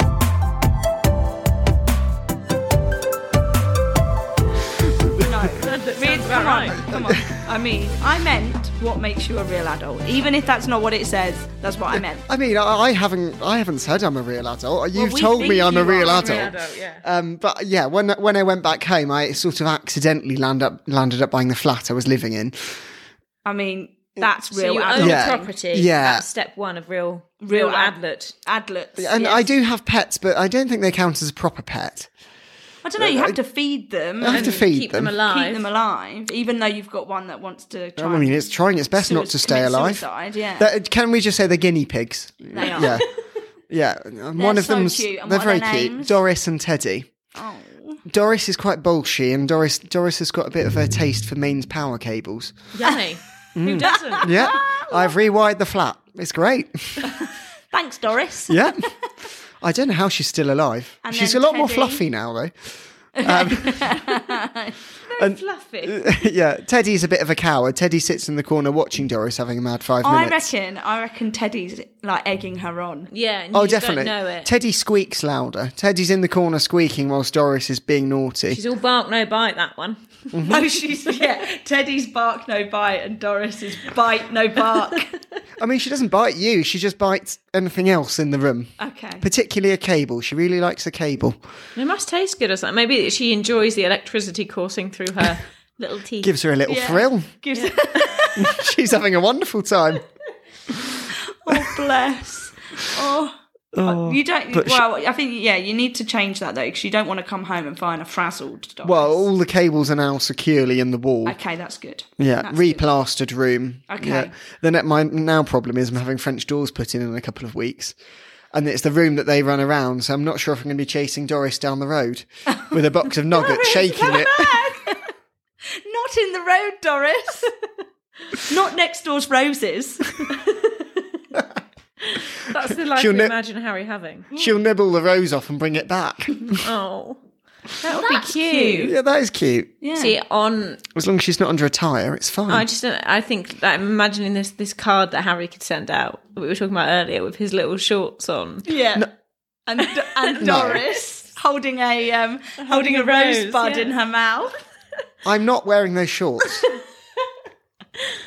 [SPEAKER 1] no. Read, come on, come on. I mean, I meant what makes you a real adult. Even if that's not what it says, that's what I meant.
[SPEAKER 3] I mean, I, I haven't I haven't said I'm a real adult. You've
[SPEAKER 1] we
[SPEAKER 3] told
[SPEAKER 1] think
[SPEAKER 3] me I'm
[SPEAKER 1] you
[SPEAKER 3] a real
[SPEAKER 1] are a
[SPEAKER 3] adult.
[SPEAKER 1] real
[SPEAKER 3] Um, but yeah, when when I went back home, I sort of accidentally land up, landed up buying the flat I was living in.
[SPEAKER 1] I mean, that's
[SPEAKER 2] So
[SPEAKER 1] real
[SPEAKER 2] you own
[SPEAKER 1] adult.
[SPEAKER 3] Yeah.
[SPEAKER 2] property.
[SPEAKER 3] Yeah.
[SPEAKER 2] That's step one of real,
[SPEAKER 1] Real
[SPEAKER 2] real,
[SPEAKER 1] ad-
[SPEAKER 2] adult.
[SPEAKER 1] Adlets.
[SPEAKER 3] And
[SPEAKER 1] yes.
[SPEAKER 3] I do have pets, but I don't think they count as a proper pet.
[SPEAKER 1] I don't know, you have to feed them.
[SPEAKER 3] I have
[SPEAKER 1] and
[SPEAKER 3] to feed
[SPEAKER 2] Keep
[SPEAKER 3] them.
[SPEAKER 2] them, alive.
[SPEAKER 1] Keep them alive, even though you've got one that wants to try.
[SPEAKER 3] I mean,
[SPEAKER 1] and
[SPEAKER 3] it's trying its best not
[SPEAKER 1] sui-
[SPEAKER 3] to stay
[SPEAKER 1] commit
[SPEAKER 3] alive.
[SPEAKER 1] Suicide, yeah.
[SPEAKER 3] That- can we just say they're guinea pigs?
[SPEAKER 1] They are.
[SPEAKER 3] Yeah. Yeah, one of
[SPEAKER 1] so
[SPEAKER 3] them's
[SPEAKER 1] cute. And
[SPEAKER 3] they're
[SPEAKER 1] what are
[SPEAKER 3] very
[SPEAKER 1] their
[SPEAKER 3] cute.
[SPEAKER 1] names?
[SPEAKER 3] Doris and Teddy.
[SPEAKER 1] Oh.
[SPEAKER 3] Doris is quite bolshy, and Doris Doris has got a bit of a taste for mains power cables.
[SPEAKER 2] Yummy. Who doesn't?
[SPEAKER 3] Yeah,
[SPEAKER 1] Oh.
[SPEAKER 3] I've rewired the flat. It's great.
[SPEAKER 1] Thanks, Doris.
[SPEAKER 3] Yeah, I don't know how she's still alive.
[SPEAKER 1] And
[SPEAKER 3] she's a
[SPEAKER 1] then
[SPEAKER 3] lot more
[SPEAKER 1] Teddy.
[SPEAKER 3] fluffy now, though.
[SPEAKER 1] Fluffy.
[SPEAKER 3] yeah, Teddy's a bit of a coward. Teddy sits in the corner watching Doris having a mad five
[SPEAKER 1] I
[SPEAKER 3] minutes.
[SPEAKER 1] reckon. I reckon Teddy's like egging her on.
[SPEAKER 2] Yeah. And
[SPEAKER 3] Oh,
[SPEAKER 2] you
[SPEAKER 3] definitely.
[SPEAKER 2] Don't know it.
[SPEAKER 3] Teddy squeaks louder. Teddy's in the corner squeaking whilst Doris is being naughty.
[SPEAKER 2] She's all bark, no bite. That one.
[SPEAKER 3] Mm-hmm.
[SPEAKER 1] Oh, she's yeah. Teddy's bark no bite, and Doris is bite no bark.
[SPEAKER 3] I mean, she doesn't bite you. She just bites anything else in the room,
[SPEAKER 1] okay.
[SPEAKER 3] particularly a cable. She really likes a cable.
[SPEAKER 2] It must taste good or something. Maybe she enjoys the electricity coursing through her little teeth.
[SPEAKER 3] Gives her a little thrill.
[SPEAKER 1] Gives-
[SPEAKER 3] She's having a wonderful time.
[SPEAKER 1] oh bless. Oh. you don't.
[SPEAKER 3] but she-
[SPEAKER 1] Well, I think yeah. You need to change that though, because you don't want to come home and find a frazzled Doris.
[SPEAKER 3] Well, all the cables are now securely in the wall.
[SPEAKER 1] okay, that's good.
[SPEAKER 3] yeah,
[SPEAKER 1] That's good.
[SPEAKER 3] replastered room.
[SPEAKER 1] Okay.
[SPEAKER 3] Yeah. Then at my now problem is I'm having French doors put in in a couple of weeks. And it's the room that they run around, so I'm not sure if I'm going to be chasing Doris down the road with a box of nuggets, shaking it.
[SPEAKER 1] Not in the road, Doris. Not next door's roses.
[SPEAKER 2] That's the life
[SPEAKER 3] She'll
[SPEAKER 2] we
[SPEAKER 3] ne-
[SPEAKER 2] imagine Harry having.
[SPEAKER 3] She'll nibble the rose off and bring it back.
[SPEAKER 2] Oh, that would be
[SPEAKER 1] That's
[SPEAKER 2] cute.
[SPEAKER 3] yeah, that is cute.
[SPEAKER 1] Yeah.
[SPEAKER 2] See, on
[SPEAKER 3] As long as she's not under a tyre, it's fine.
[SPEAKER 2] I just don't, I think that I'm imagining this this card that Harry could send out that we were talking about earlier with his little shorts on.
[SPEAKER 1] Yeah. And and
[SPEAKER 3] No.
[SPEAKER 1] Doris holding a um holding, a,
[SPEAKER 2] a rose,
[SPEAKER 1] rosebud
[SPEAKER 2] yeah.
[SPEAKER 1] in her mouth.
[SPEAKER 3] I'm not wearing those shorts.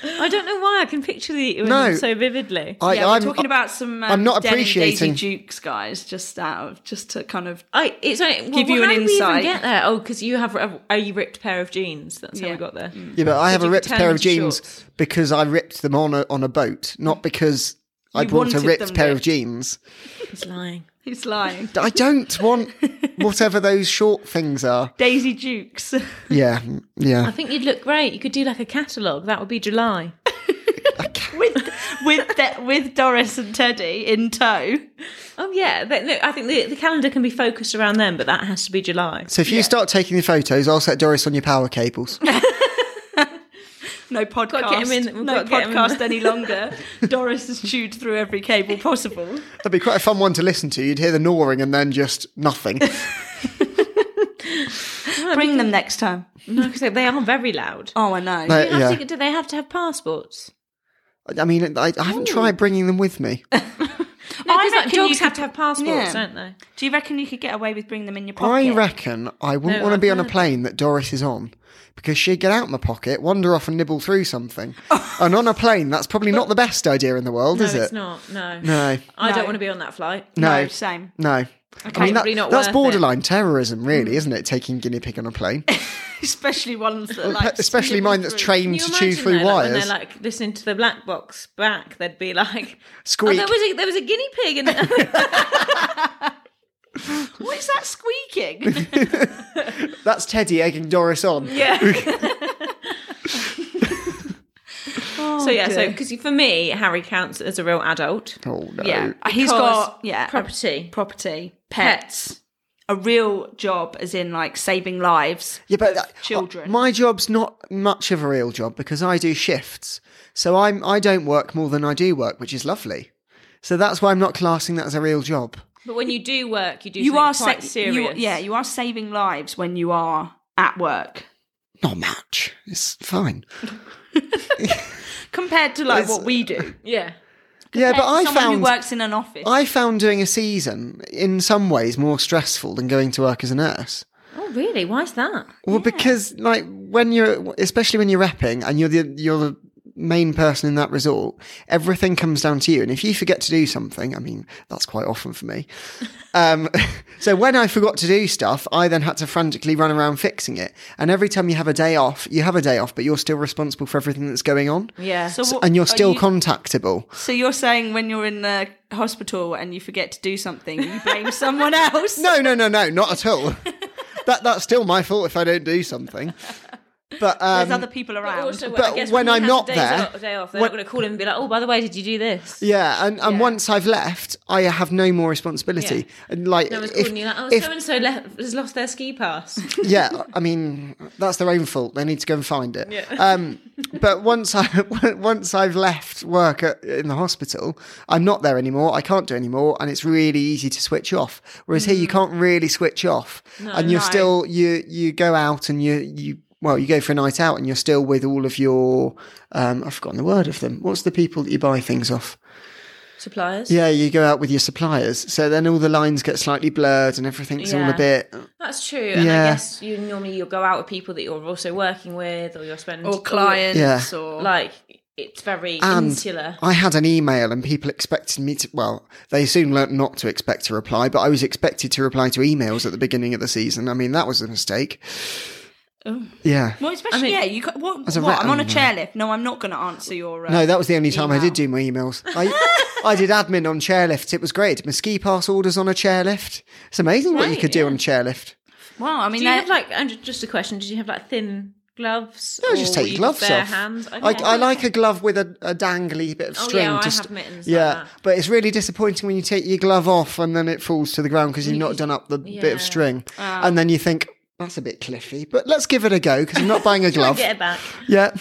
[SPEAKER 2] I don't know why I can picture the image
[SPEAKER 3] No.
[SPEAKER 2] so vividly.
[SPEAKER 3] I,
[SPEAKER 1] yeah, we're
[SPEAKER 3] I'm
[SPEAKER 1] talking about some. Um,
[SPEAKER 3] I'm not
[SPEAKER 1] denim
[SPEAKER 3] appreciating-
[SPEAKER 1] Daisy Dukes guys, just out of just to kind of.
[SPEAKER 2] I it's only, well,
[SPEAKER 1] Give you
[SPEAKER 2] how
[SPEAKER 1] an
[SPEAKER 2] did we even
[SPEAKER 1] insight.
[SPEAKER 2] get there? Oh, because you have a, a ripped pair of jeans. That's how
[SPEAKER 1] Yeah. Mm.
[SPEAKER 2] we got there.
[SPEAKER 3] Yeah, but I have a
[SPEAKER 2] you
[SPEAKER 3] ripped
[SPEAKER 2] turn
[SPEAKER 3] pair of
[SPEAKER 2] into
[SPEAKER 3] jeans
[SPEAKER 2] shorts?
[SPEAKER 3] because I ripped them on a, on a boat, not because I want a
[SPEAKER 1] Mm. wanted
[SPEAKER 3] ripped
[SPEAKER 1] them
[SPEAKER 3] pair of
[SPEAKER 1] ripped.
[SPEAKER 3] jeans.
[SPEAKER 2] He's lying.
[SPEAKER 1] He's lying.
[SPEAKER 3] I don't want whatever those short things are.
[SPEAKER 1] Daisy Dukes.
[SPEAKER 3] Yeah, mm, yeah.
[SPEAKER 2] I think you'd look great. You could do like a catalogue. That would be July.
[SPEAKER 1] with with the, with Doris and Teddy in tow.
[SPEAKER 2] Oh yeah, but no, I think the, the calendar can be focused around them, but that has to be July.
[SPEAKER 3] So if you start taking the photos, I'll set Doris on your power cables.
[SPEAKER 1] No podcast.
[SPEAKER 2] get him in- we've
[SPEAKER 1] no
[SPEAKER 2] got to get him in.
[SPEAKER 1] podcast any longer. Doris has chewed through every cable possible.
[SPEAKER 3] That'd be quite a fun one to listen to. You'd hear the gnawing and then just nothing.
[SPEAKER 1] Bring them next time.
[SPEAKER 2] No, because they are very loud.
[SPEAKER 1] Oh, I know.
[SPEAKER 3] No,
[SPEAKER 2] Do, you have
[SPEAKER 3] yeah.
[SPEAKER 2] to, do they have to have passports?
[SPEAKER 3] I mean, I, I haven't tried bringing them with me.
[SPEAKER 2] No,
[SPEAKER 1] I
[SPEAKER 2] 'cause, like,
[SPEAKER 1] reckon you
[SPEAKER 2] dogs have
[SPEAKER 1] could-
[SPEAKER 2] to have passports,
[SPEAKER 1] yeah.
[SPEAKER 2] don't they?
[SPEAKER 1] Do you reckon you could get away with bringing them in your
[SPEAKER 3] I
[SPEAKER 1] pocket?
[SPEAKER 3] reckon I wouldn't
[SPEAKER 2] No,
[SPEAKER 3] want to
[SPEAKER 2] I've
[SPEAKER 3] be on a
[SPEAKER 2] heard-
[SPEAKER 3] plane that Doris is on because she'd get out my pocket, wander off and nibble through something. and on a plane, that's probably not the best idea in the world,
[SPEAKER 2] No,
[SPEAKER 3] is it?
[SPEAKER 2] it's not. No.
[SPEAKER 3] No.
[SPEAKER 2] I
[SPEAKER 1] No.
[SPEAKER 2] don't want to be on that flight.
[SPEAKER 3] No.
[SPEAKER 1] no, same.
[SPEAKER 3] No. I mean, that-
[SPEAKER 2] probably not
[SPEAKER 3] that's
[SPEAKER 2] worth Mm.
[SPEAKER 3] borderline terrorism, really, isn't it? Taking guinea pig on a plane,
[SPEAKER 1] especially ones that are like
[SPEAKER 3] especially mine that's
[SPEAKER 2] Can
[SPEAKER 3] trained
[SPEAKER 2] you
[SPEAKER 3] to
[SPEAKER 2] imagine
[SPEAKER 3] chew through
[SPEAKER 2] though, like, when
[SPEAKER 3] wires.
[SPEAKER 2] they're like listening to the black box back, they'd be like, "Oh,
[SPEAKER 3] Squeak.
[SPEAKER 2] there was a there was a guinea pig." And
[SPEAKER 1] What is that squeaking?
[SPEAKER 3] That's Teddy egging Doris on.
[SPEAKER 2] yeah. so yeah, so
[SPEAKER 1] dear.
[SPEAKER 2] because for me, Harry counts as a real adult.
[SPEAKER 3] Oh no.
[SPEAKER 1] yeah, he's
[SPEAKER 2] Because
[SPEAKER 1] got yeah
[SPEAKER 2] property.
[SPEAKER 1] property, pets, a real job, as in like saving lives.
[SPEAKER 3] Yeah, but that-
[SPEAKER 1] children.
[SPEAKER 3] my job's not much of a real job because I do shifts, so I'm I don't work more than I do work, which is lovely. So that's why I'm not classing that as a real job.
[SPEAKER 2] But when you do work, you do
[SPEAKER 1] You
[SPEAKER 2] something
[SPEAKER 1] are
[SPEAKER 2] quite
[SPEAKER 1] sa-
[SPEAKER 2] serious.
[SPEAKER 1] You, yeah, you are saving lives when you are at work
[SPEAKER 3] Not much. It's fine.
[SPEAKER 1] compared to like
[SPEAKER 3] It's-
[SPEAKER 1] what we do.
[SPEAKER 2] yeah.
[SPEAKER 3] Yeah, but I
[SPEAKER 1] Someone who
[SPEAKER 3] found
[SPEAKER 1] works in an office.
[SPEAKER 3] I found doing a season in some ways more stressful than going to work as a nurse.
[SPEAKER 2] Oh really? Why is that?
[SPEAKER 3] Well, because like when you're, especially when you're repping and you're the you're the main person in that resort, everything comes down to you. And if you forget to do something, I mean that's quite often for me. Um, so when I forgot to do stuff, I then had to frantically run around fixing it. And every time you have a day off, you have a day off, but you're still responsible for everything that's going on.
[SPEAKER 2] Yeah.
[SPEAKER 1] so, what,
[SPEAKER 3] And you're
[SPEAKER 1] are
[SPEAKER 3] still
[SPEAKER 1] you-
[SPEAKER 3] contactable.
[SPEAKER 1] so you're saying when you're in the hospital and you forget to do something, you blame someone else.
[SPEAKER 3] No, no, no, no, not at all. that that's still my fault if I don't do something. But um,
[SPEAKER 1] There's other people around.
[SPEAKER 2] also,
[SPEAKER 3] But
[SPEAKER 2] I guess
[SPEAKER 3] when
[SPEAKER 2] you
[SPEAKER 3] I'm
[SPEAKER 2] have
[SPEAKER 3] not
[SPEAKER 2] days
[SPEAKER 3] there-
[SPEAKER 2] off- day off, they're
[SPEAKER 3] when-
[SPEAKER 2] not going to call him and be like, "Oh, by the way, did you do this?"
[SPEAKER 3] Yeah, and, and once I've left, I have no more responsibility.
[SPEAKER 2] Yeah.
[SPEAKER 3] And like,
[SPEAKER 2] No one's
[SPEAKER 3] if-
[SPEAKER 2] calling you like, "Oh,
[SPEAKER 3] if-
[SPEAKER 2] so and so has lost their ski pass."
[SPEAKER 3] yeah, I mean, that's their own fault. They need to go and find it. Um, but once I once I've left work at, in the hospital, I'm not there anymore. I can't do anymore, and it's really easy to switch off. Whereas here, you
[SPEAKER 2] Mm.
[SPEAKER 3] can't really switch off, and you're
[SPEAKER 1] No.
[SPEAKER 3] still you you go out and you you. Well, you go for a night out and you're still with all of your, um, I've forgotten the word of them. What's the people that you buy things off?
[SPEAKER 2] Suppliers.
[SPEAKER 3] Yeah, you go out with your suppliers, so then all the lines get slightly blurred and everything's all
[SPEAKER 2] Yeah.
[SPEAKER 3] a bit.
[SPEAKER 2] That's true, and I
[SPEAKER 3] Yeah.
[SPEAKER 2] guess you normally you'll go out with people that you're also working with, or you're spending
[SPEAKER 1] or clients
[SPEAKER 3] Yeah.
[SPEAKER 1] or
[SPEAKER 2] Like it's very
[SPEAKER 3] And
[SPEAKER 2] insular.
[SPEAKER 3] I had an email and people expected me to. Well, they soon learnt not to expect to reply, but I was expected to reply to emails at the beginning of the season. I mean, that was a mistake. Yeah.
[SPEAKER 1] well, especially
[SPEAKER 2] mean-
[SPEAKER 1] yeah. You ca- what?
[SPEAKER 3] a
[SPEAKER 1] what,
[SPEAKER 3] rat,
[SPEAKER 1] I'm on a
[SPEAKER 3] I'm a-
[SPEAKER 1] chairlift. No, I'm not going to answer your. Uh,
[SPEAKER 3] No, that was the only time I
[SPEAKER 1] Email.
[SPEAKER 3] did do my emails. I, I did admin on chairlifts. It was great. My ski pass orders on a chairlift. It's amazing what you
[SPEAKER 2] Right,
[SPEAKER 3] could
[SPEAKER 2] yeah.
[SPEAKER 3] do on a chairlift.
[SPEAKER 1] Well, I mean,
[SPEAKER 2] Do you
[SPEAKER 1] they're-
[SPEAKER 2] have like Andrew? Just a question: Did you have like thin gloves?
[SPEAKER 3] No, just
[SPEAKER 2] or
[SPEAKER 3] take
[SPEAKER 2] you
[SPEAKER 3] your gloves
[SPEAKER 2] bare
[SPEAKER 3] off.
[SPEAKER 2] Hands.
[SPEAKER 3] I, I like a glove with a, a dangly bit of
[SPEAKER 2] Oh, yeah,
[SPEAKER 3] string.
[SPEAKER 2] I
[SPEAKER 3] to st-
[SPEAKER 2] have mittens like
[SPEAKER 3] Yeah,
[SPEAKER 2] that.
[SPEAKER 3] but it's really disappointing when you take your glove off and then it falls to the ground because you've not done up the bit
[SPEAKER 2] Yeah.
[SPEAKER 3] of string, and then you think that's a bit cliffy. But let's give it a go because I'm not buying a glove.
[SPEAKER 2] Get it back.
[SPEAKER 3] yeah,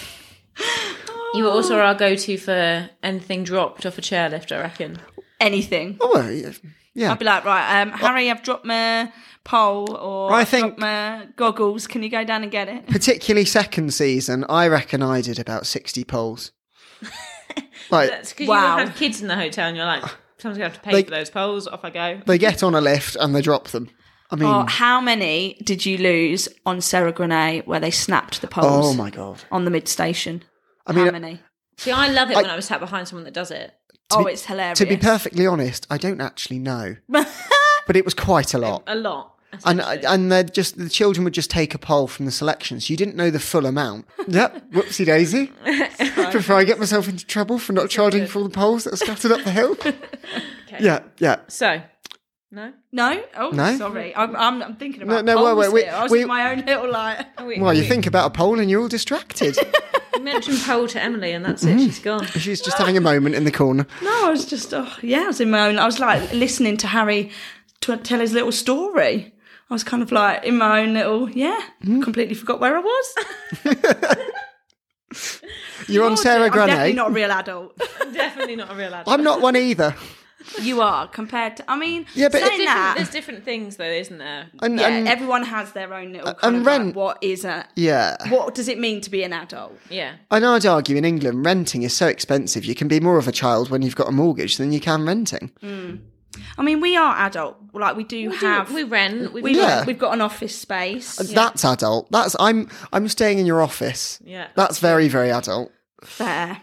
[SPEAKER 2] You were also our go-to for anything dropped off a chairlift. I reckon.
[SPEAKER 1] anything.
[SPEAKER 3] oh, well, yeah. yeah.
[SPEAKER 1] I'd be like, right, um, Harry, I've dropped my pole or
[SPEAKER 3] Oh. I
[SPEAKER 1] I think
[SPEAKER 3] think-
[SPEAKER 1] dropped my goggles. Can you go down and get it?
[SPEAKER 3] Particularly second season, I reckon I did about sixty poles. like
[SPEAKER 2] That's because
[SPEAKER 1] Wow.
[SPEAKER 2] you have kids in the hotel, and you're like, someone's going to have to pay
[SPEAKER 3] They-
[SPEAKER 2] for those poles. Off I go.
[SPEAKER 3] they get on a lift and they drop them. I mean,
[SPEAKER 1] Or
[SPEAKER 3] oh,
[SPEAKER 1] how many did you lose on Sarah Grenade where they snapped the poles
[SPEAKER 3] oh my god!
[SPEAKER 1] on the mid station?
[SPEAKER 3] I mean, uh,
[SPEAKER 1] how many?
[SPEAKER 2] See, I love it when I'm sat behind someone that does it.
[SPEAKER 1] Oh, it's hilarious.
[SPEAKER 3] to be perfectly honest, I don't actually know, but it was quite a lot.
[SPEAKER 2] A lot.
[SPEAKER 3] And and they're just the children would just take a poll from the selections. You didn't know the full amount. Yep. Whoopsie daisy. Before I get myself into trouble for not charging for all the polls that are scattered up the hill. Yeah, yeah.
[SPEAKER 2] So, no.
[SPEAKER 1] no, oh,
[SPEAKER 3] No?
[SPEAKER 1] sorry, I'm, I'm, I'm thinking
[SPEAKER 3] No,
[SPEAKER 1] about
[SPEAKER 3] no, wait,
[SPEAKER 1] poles
[SPEAKER 3] wait, we-
[SPEAKER 1] here. I was
[SPEAKER 3] we-
[SPEAKER 1] in my own little like.
[SPEAKER 2] We,
[SPEAKER 3] Well, you
[SPEAKER 2] we-
[SPEAKER 3] think about a poll and you're all distracted.
[SPEAKER 2] we mentioned pole to Emily, and that's it.
[SPEAKER 3] Mm.
[SPEAKER 2] She's gone.
[SPEAKER 3] She's just having a moment in the corner.
[SPEAKER 1] No, I was just, oh, yeah, I was in my own. I was like listening to Harry to tell his little story. I was kind of like in my own little, yeah,
[SPEAKER 3] Hmm.
[SPEAKER 1] completely forgot where I was.
[SPEAKER 3] You're on Sarah
[SPEAKER 1] I'm definitely
[SPEAKER 3] Grenade.
[SPEAKER 1] not a real adult.
[SPEAKER 2] Definitely not a real adult.
[SPEAKER 3] I'm not one either.
[SPEAKER 1] you are compared to. I mean,
[SPEAKER 3] Yeah, but-
[SPEAKER 1] saying
[SPEAKER 2] There's different,
[SPEAKER 1] that,
[SPEAKER 2] there's different things, though, isn't there?
[SPEAKER 3] And,
[SPEAKER 1] yeah,
[SPEAKER 3] and-
[SPEAKER 1] everyone has their own little. Kind
[SPEAKER 3] and
[SPEAKER 1] of like,
[SPEAKER 3] rent-
[SPEAKER 1] what is a?
[SPEAKER 3] yeah.
[SPEAKER 1] What does it mean to be an adult?
[SPEAKER 2] Yeah.
[SPEAKER 3] And I'd argue in England, renting is so expensive. You can be more of a child when you've got a mortgage than you can renting.
[SPEAKER 1] I mean, we are adult. Like we do
[SPEAKER 2] We do-
[SPEAKER 1] have.
[SPEAKER 2] we rent. We
[SPEAKER 1] we've,
[SPEAKER 3] Yeah.
[SPEAKER 1] we've got an office space.
[SPEAKER 3] That's adult. That's I'm I'm staying in your office.
[SPEAKER 2] Yeah.
[SPEAKER 3] That's very very adult.
[SPEAKER 1] Fair.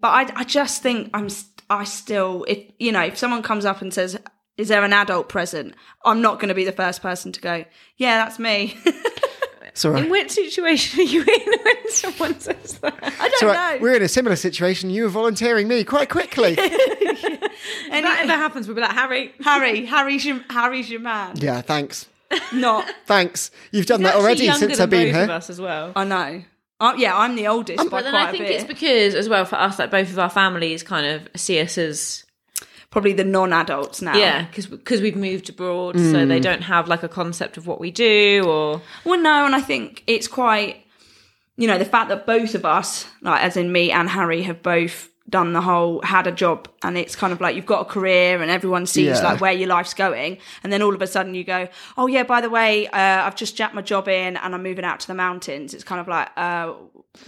[SPEAKER 1] But I, I just think I'm. st- I still, if you know, if someone comes up and says, is there an adult present? I'm not going to be the first person to go, yeah, that's me.
[SPEAKER 3] Sorry.
[SPEAKER 2] In what situation are you in when someone says
[SPEAKER 1] I
[SPEAKER 2] that?
[SPEAKER 1] don't
[SPEAKER 3] It's all right.
[SPEAKER 1] know.
[SPEAKER 3] We're in a similar situation. You were volunteering me quite quickly.
[SPEAKER 1] Any-
[SPEAKER 2] If that ever happens, we'll be like, Harry,
[SPEAKER 1] Harry, Harry's your, Harry's your man.
[SPEAKER 3] yeah, thanks.
[SPEAKER 1] Not,
[SPEAKER 3] Thanks. You've done that
[SPEAKER 2] actually
[SPEAKER 3] already
[SPEAKER 2] younger
[SPEAKER 3] since
[SPEAKER 2] than
[SPEAKER 3] I've been
[SPEAKER 2] both
[SPEAKER 3] here.
[SPEAKER 2] of us as well.
[SPEAKER 1] I know. Uh, yeah, I'm the oldest by
[SPEAKER 2] Um, But then
[SPEAKER 1] quite
[SPEAKER 2] I think
[SPEAKER 1] a bit.
[SPEAKER 2] it's because, as well, for us, like both of our families kind of see us as
[SPEAKER 1] Probably the non-adults now.
[SPEAKER 2] yeah, because we've moved abroad, so
[SPEAKER 3] Mm.
[SPEAKER 2] they don't have like a concept of what we do or
[SPEAKER 1] Well, no, and I think it's quite, you know, the fact that both of us, like as in me and Harry, have both done the whole had a job and it's kind of like you've got a career and everyone sees
[SPEAKER 3] Yeah.
[SPEAKER 1] like where your life's going and then all of a sudden you go oh yeah by the way uh, i've just jacked my job in and i'm moving out to the mountains it's kind of like uh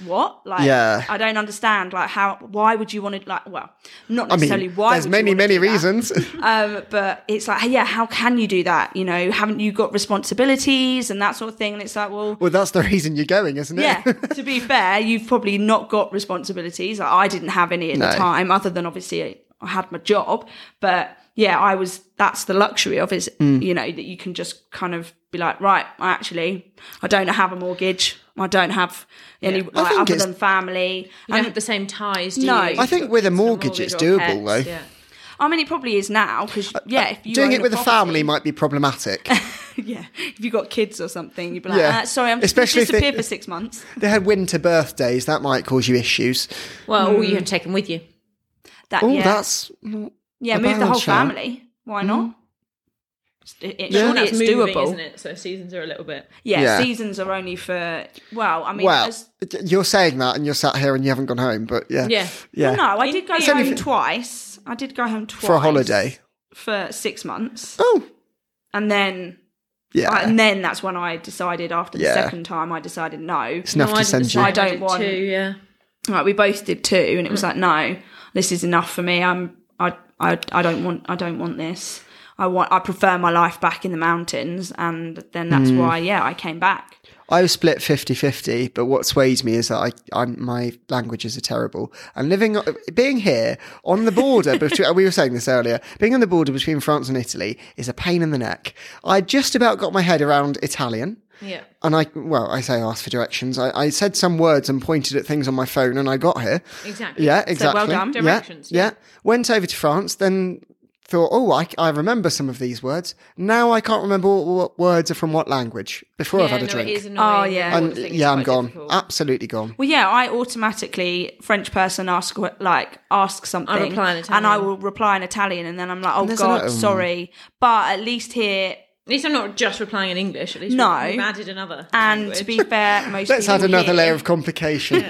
[SPEAKER 1] what like
[SPEAKER 3] Yeah.
[SPEAKER 1] i don't understand like how why would you want to like well not
[SPEAKER 3] I mean,
[SPEAKER 1] necessarily why
[SPEAKER 3] there's
[SPEAKER 1] would you
[SPEAKER 3] many,
[SPEAKER 1] wanna
[SPEAKER 3] many
[SPEAKER 1] do that?
[SPEAKER 3] reasons.
[SPEAKER 1] um, but it's like, yeah, how can you do that? You know, haven't you got responsibilities and that sort of thing? And it's like, well,
[SPEAKER 3] well, that's the reason you're going, isn't it?
[SPEAKER 1] yeah. to be fair, you've probably not got responsibilities. Like, I didn't have any at
[SPEAKER 3] No.
[SPEAKER 1] the time, other than obviously I had my job. But yeah, I was. That's the luxury of is
[SPEAKER 3] Hmm.
[SPEAKER 1] you know that you can just kind of be like, right, I actually, I don't have a mortgage. I don't have any like,
[SPEAKER 3] think
[SPEAKER 1] other
[SPEAKER 3] it's-
[SPEAKER 1] than family.
[SPEAKER 2] you don't have the same ties. Do
[SPEAKER 1] No.
[SPEAKER 2] you?
[SPEAKER 1] I
[SPEAKER 3] think with a
[SPEAKER 2] To
[SPEAKER 3] mortgage, it's
[SPEAKER 2] or
[SPEAKER 3] doable,
[SPEAKER 2] pets,
[SPEAKER 3] though.
[SPEAKER 2] Yeah.
[SPEAKER 1] I mean, it probably is now because yeah, if you
[SPEAKER 3] Doing
[SPEAKER 1] own
[SPEAKER 3] it with a
[SPEAKER 1] property-
[SPEAKER 3] family might be problematic.
[SPEAKER 1] Yeah, if you've got kids or something, you'd be like,
[SPEAKER 3] Yeah.
[SPEAKER 1] uh, sorry, I'm just Especially
[SPEAKER 3] Especially if they-
[SPEAKER 1] disappeared for six months.
[SPEAKER 3] they had winter birthdays. That might cause you issues.
[SPEAKER 2] Well, or you have taken with you.
[SPEAKER 1] That
[SPEAKER 3] Oh,
[SPEAKER 1] yeah,
[SPEAKER 3] that's
[SPEAKER 1] yeah,
[SPEAKER 3] a
[SPEAKER 1] move the
[SPEAKER 3] bad
[SPEAKER 1] whole
[SPEAKER 3] shout.
[SPEAKER 1] family. Why not? It, it,
[SPEAKER 3] Yeah.
[SPEAKER 1] Surely
[SPEAKER 2] That's
[SPEAKER 1] it's
[SPEAKER 2] moving,
[SPEAKER 1] doable.
[SPEAKER 2] isn't it? So seasons are a little bit.
[SPEAKER 1] Yeah,
[SPEAKER 3] Yeah.
[SPEAKER 1] seasons are only for. Well, I mean,
[SPEAKER 3] well.
[SPEAKER 1] as,
[SPEAKER 3] You're saying that, and you're sat here and you haven't gone home, but yeah,
[SPEAKER 2] Yeah.
[SPEAKER 3] yeah,
[SPEAKER 1] no, I did go
[SPEAKER 2] It's only
[SPEAKER 1] home
[SPEAKER 3] for-
[SPEAKER 1] twice. I did go home twice
[SPEAKER 3] for a holiday.
[SPEAKER 1] for six months,
[SPEAKER 3] Oh,
[SPEAKER 1] and then
[SPEAKER 3] yeah,
[SPEAKER 1] and then that's when I decided. After the
[SPEAKER 3] Yeah.
[SPEAKER 1] second time, I decided no.
[SPEAKER 3] it's enough
[SPEAKER 2] I
[SPEAKER 3] to
[SPEAKER 2] did
[SPEAKER 3] send
[SPEAKER 2] the
[SPEAKER 3] you.
[SPEAKER 2] same.
[SPEAKER 1] I don't
[SPEAKER 2] did
[SPEAKER 1] want-
[SPEAKER 2] too, yeah.
[SPEAKER 1] Like we both did two, and it
[SPEAKER 2] Mm.
[SPEAKER 1] was like no, this is enough for me. I'm I I I don't want I don't want this. I want I prefer my life back in the mountains, and then that's
[SPEAKER 2] Mm.
[SPEAKER 1] why yeah I came back.
[SPEAKER 3] I was split 50-50, but what sways me is that I, I'm, my languages are terrible. And living, being here on the border between, we were saying this earlier, being on the border between France and Italy is a pain in the neck. I just about got my head around Italian.
[SPEAKER 2] Yeah.
[SPEAKER 3] And I, well, I say asked for directions. I, I said some words and pointed at things on my phone and I got here.
[SPEAKER 2] Exactly.
[SPEAKER 3] Yeah, exactly.
[SPEAKER 1] done.
[SPEAKER 3] Yeah,
[SPEAKER 2] Directions,
[SPEAKER 3] Yeah, Went over to France, then thought, oh, I, I remember some of these words. Now I can't remember what, what words are from what language before I've had a
[SPEAKER 2] no,
[SPEAKER 3] drink.
[SPEAKER 2] It is annoying.
[SPEAKER 1] Oh, yeah.
[SPEAKER 2] all the
[SPEAKER 3] And
[SPEAKER 2] things
[SPEAKER 3] yeah,
[SPEAKER 2] are
[SPEAKER 3] I'm
[SPEAKER 2] quite
[SPEAKER 3] gone. Ah.
[SPEAKER 2] difficult.
[SPEAKER 3] Absolutely gone.
[SPEAKER 1] Well, yeah, I automatically French person ask wh- like ask something,
[SPEAKER 2] reply in
[SPEAKER 1] and I
[SPEAKER 2] Italian.
[SPEAKER 1] will reply in Italian, and then I'm like, oh
[SPEAKER 3] there's
[SPEAKER 1] god,
[SPEAKER 3] another one.
[SPEAKER 1] sorry, but at least here.
[SPEAKER 2] At least I'm not just replying in English. At least
[SPEAKER 1] No.
[SPEAKER 2] we've, we've added another.
[SPEAKER 1] And
[SPEAKER 2] language.
[SPEAKER 1] to be fair, most
[SPEAKER 3] Let's
[SPEAKER 1] people
[SPEAKER 3] add another
[SPEAKER 1] here-
[SPEAKER 3] layer of complication.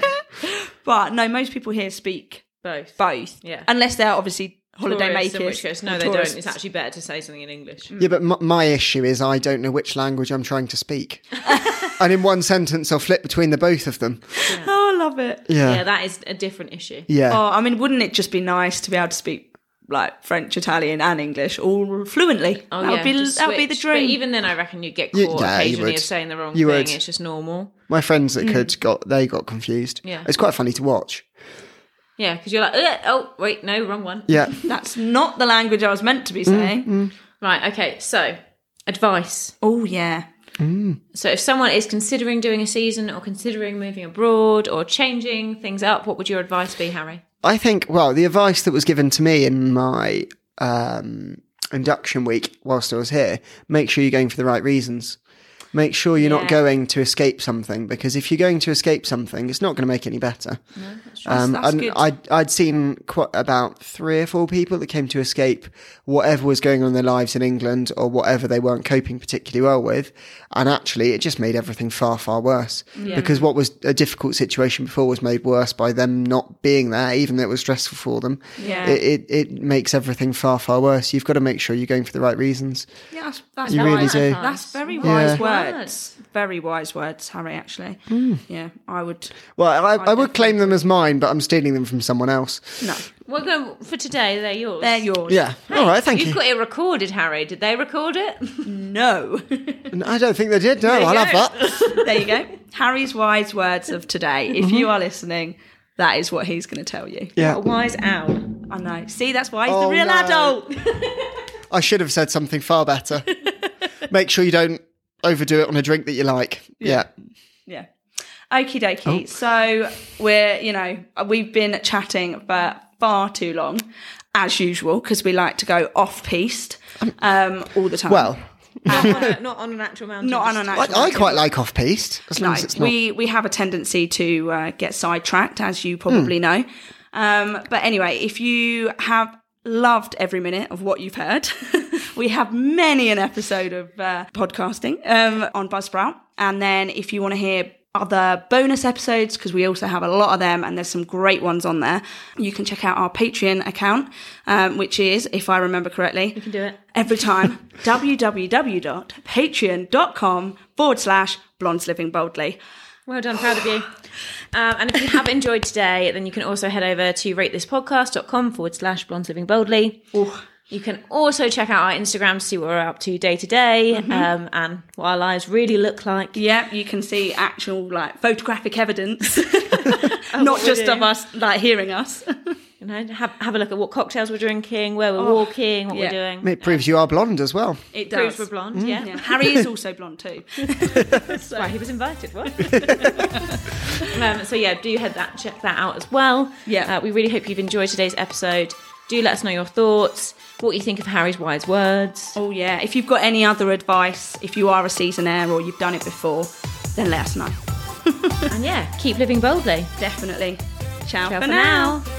[SPEAKER 1] But no, most people here speak
[SPEAKER 2] both.
[SPEAKER 1] both,
[SPEAKER 2] Yeah.
[SPEAKER 1] unless they're obviously holiday
[SPEAKER 2] Tourists,
[SPEAKER 1] makers.
[SPEAKER 2] in which case,
[SPEAKER 1] or
[SPEAKER 2] no, they
[SPEAKER 1] tourists.
[SPEAKER 2] don't. It's actually better to say something in English.
[SPEAKER 3] Yeah, but my, my issue is I don't know which language I'm trying to speak. and in one sentence, I'll flip between the both of them.
[SPEAKER 1] Oh, I love it.
[SPEAKER 2] Yeah,
[SPEAKER 3] Yeah.
[SPEAKER 2] that is a different issue.
[SPEAKER 3] Yeah.
[SPEAKER 1] Oh, I mean, wouldn't it just be nice to be able to speak like French, Italian, and English all fluently?
[SPEAKER 2] Oh,
[SPEAKER 1] that would
[SPEAKER 2] yeah,
[SPEAKER 1] be
[SPEAKER 2] just
[SPEAKER 1] that would be the
[SPEAKER 2] switch.
[SPEAKER 1] dream.
[SPEAKER 2] But even then, I reckon you'd get caught
[SPEAKER 3] You- yeah, you
[SPEAKER 2] occasionally
[SPEAKER 3] would.
[SPEAKER 2] of saying the wrong
[SPEAKER 3] You
[SPEAKER 2] thing.
[SPEAKER 3] would.
[SPEAKER 2] It's just normal.
[SPEAKER 3] My friends that could got they got confused.
[SPEAKER 2] Mm. Yeah.
[SPEAKER 3] It's quite funny to watch.
[SPEAKER 2] Yeah, because you're like, "Ugh, oh, wait, no, wrong one.
[SPEAKER 3] Yeah.
[SPEAKER 1] That's not the language I was meant to be saying.
[SPEAKER 2] Right, okay, so advice.
[SPEAKER 1] Oh yeah.
[SPEAKER 2] So if someone is considering doing a season or considering moving abroad or changing things up, what would your advice be, Harry?
[SPEAKER 3] I think, well, the advice that was given to me in my um, induction week whilst I was here make sure you're going for the right reasons. Make sure you're not
[SPEAKER 1] Yeah.
[SPEAKER 3] going to escape something because if you're going to escape something, it's not going to make it any better. um,
[SPEAKER 1] That's- that's
[SPEAKER 3] and
[SPEAKER 1] good.
[SPEAKER 3] I'd, I'd seen quite about three or four people that came to escape whatever was going on in their lives in England or whatever they weren't coping particularly well with. And actually, it just made everything far, far worse because what was a difficult situation before was made worse by them not being there, even though it was stressful for them.
[SPEAKER 1] Yeah.
[SPEAKER 3] It, it, it makes everything far, far worse. You've got to make sure you're going for the right reasons.
[SPEAKER 1] Yeah, that's, that's
[SPEAKER 3] You really
[SPEAKER 1] wise.
[SPEAKER 3] do.
[SPEAKER 1] That's very
[SPEAKER 3] Yeah.
[SPEAKER 1] wise words. Very wise words, Harry. Actually, yeah, I would.
[SPEAKER 3] Well, I, I would claim them as mine, but I'm stealing them from someone else.
[SPEAKER 1] No,
[SPEAKER 2] We're going for today. They're yours.
[SPEAKER 1] they're yours.
[SPEAKER 3] Yeah. All right. Thank
[SPEAKER 2] You've
[SPEAKER 3] you.
[SPEAKER 2] got it recorded, Harry. Did they record it?
[SPEAKER 1] No,
[SPEAKER 3] I don't think they did. No, I
[SPEAKER 2] you go.
[SPEAKER 3] love that.
[SPEAKER 1] there you go. Harry's wise words of today. If you are listening, that is what he's going to tell you.
[SPEAKER 3] Yeah.
[SPEAKER 2] A wise owl.
[SPEAKER 1] I know. See, that's why he's
[SPEAKER 3] Oh,
[SPEAKER 1] the real
[SPEAKER 3] no.
[SPEAKER 1] adult.
[SPEAKER 3] I should have said something far better. Make sure you don't overdo it on a drink that you like. Yeah.
[SPEAKER 1] Yeah. Okie dokie.
[SPEAKER 3] Oh.
[SPEAKER 1] So we're, you know, we've been chatting for far too long, as usual, because we like to go off piste um, all the time.
[SPEAKER 3] Well,
[SPEAKER 2] not, on a, not on an actual mountain.
[SPEAKER 1] not on an
[SPEAKER 3] I,
[SPEAKER 1] actual.
[SPEAKER 3] I quite like off piste as long as it's
[SPEAKER 1] no,
[SPEAKER 3] not.
[SPEAKER 1] we we have a tendency to uh, get sidetracked, as you
[SPEAKER 3] Hmm.
[SPEAKER 1] probably know. Um, but anyway, if you have loved every minute of what you've heard, we have many an episode of uh, podcasting um, on Buzzsprout, and then if you want to hear other bonus episodes because we also have a lot of them and there's some great ones on there you can check out our patreon account um, which is if i remember correctly
[SPEAKER 2] You can do it.
[SPEAKER 1] every time www.patreon.com forward slash blondes living boldly
[SPEAKER 2] Well done, proud of you. Um, and if you have enjoyed today, then you can also head over to ratethispodcast.com forward slash blondes living boldly. You can also check out our Instagram to see what we're up to day to day um, and what our lives really look like.
[SPEAKER 1] yeah you can see actual like photographic evidence not
[SPEAKER 2] we're
[SPEAKER 1] just of
[SPEAKER 2] doing.
[SPEAKER 1] us like hearing us
[SPEAKER 2] You know, have, have a look at what cocktails we're drinking, where we're walking, what
[SPEAKER 1] yeah.
[SPEAKER 2] we're doing.
[SPEAKER 3] It proves you are blonde as well.
[SPEAKER 1] it
[SPEAKER 2] Proves
[SPEAKER 1] does
[SPEAKER 2] we're blonde,
[SPEAKER 3] Mm.
[SPEAKER 2] yeah.
[SPEAKER 1] Yeah. harry is also blonde too
[SPEAKER 2] That's why he was invited. What? um, so yeah, do head that check that out as well.
[SPEAKER 1] Yeah.
[SPEAKER 2] uh, we really hope you've enjoyed today's episode. Do let us know your thoughts, what you think of Harry's wise words.
[SPEAKER 1] oh yeah if you've got any other advice if you are a seasonaire or you've done it before then let us know
[SPEAKER 2] and yeah, keep living boldly.
[SPEAKER 1] definitely ciao,
[SPEAKER 2] Ciao
[SPEAKER 1] for, now.
[SPEAKER 2] now.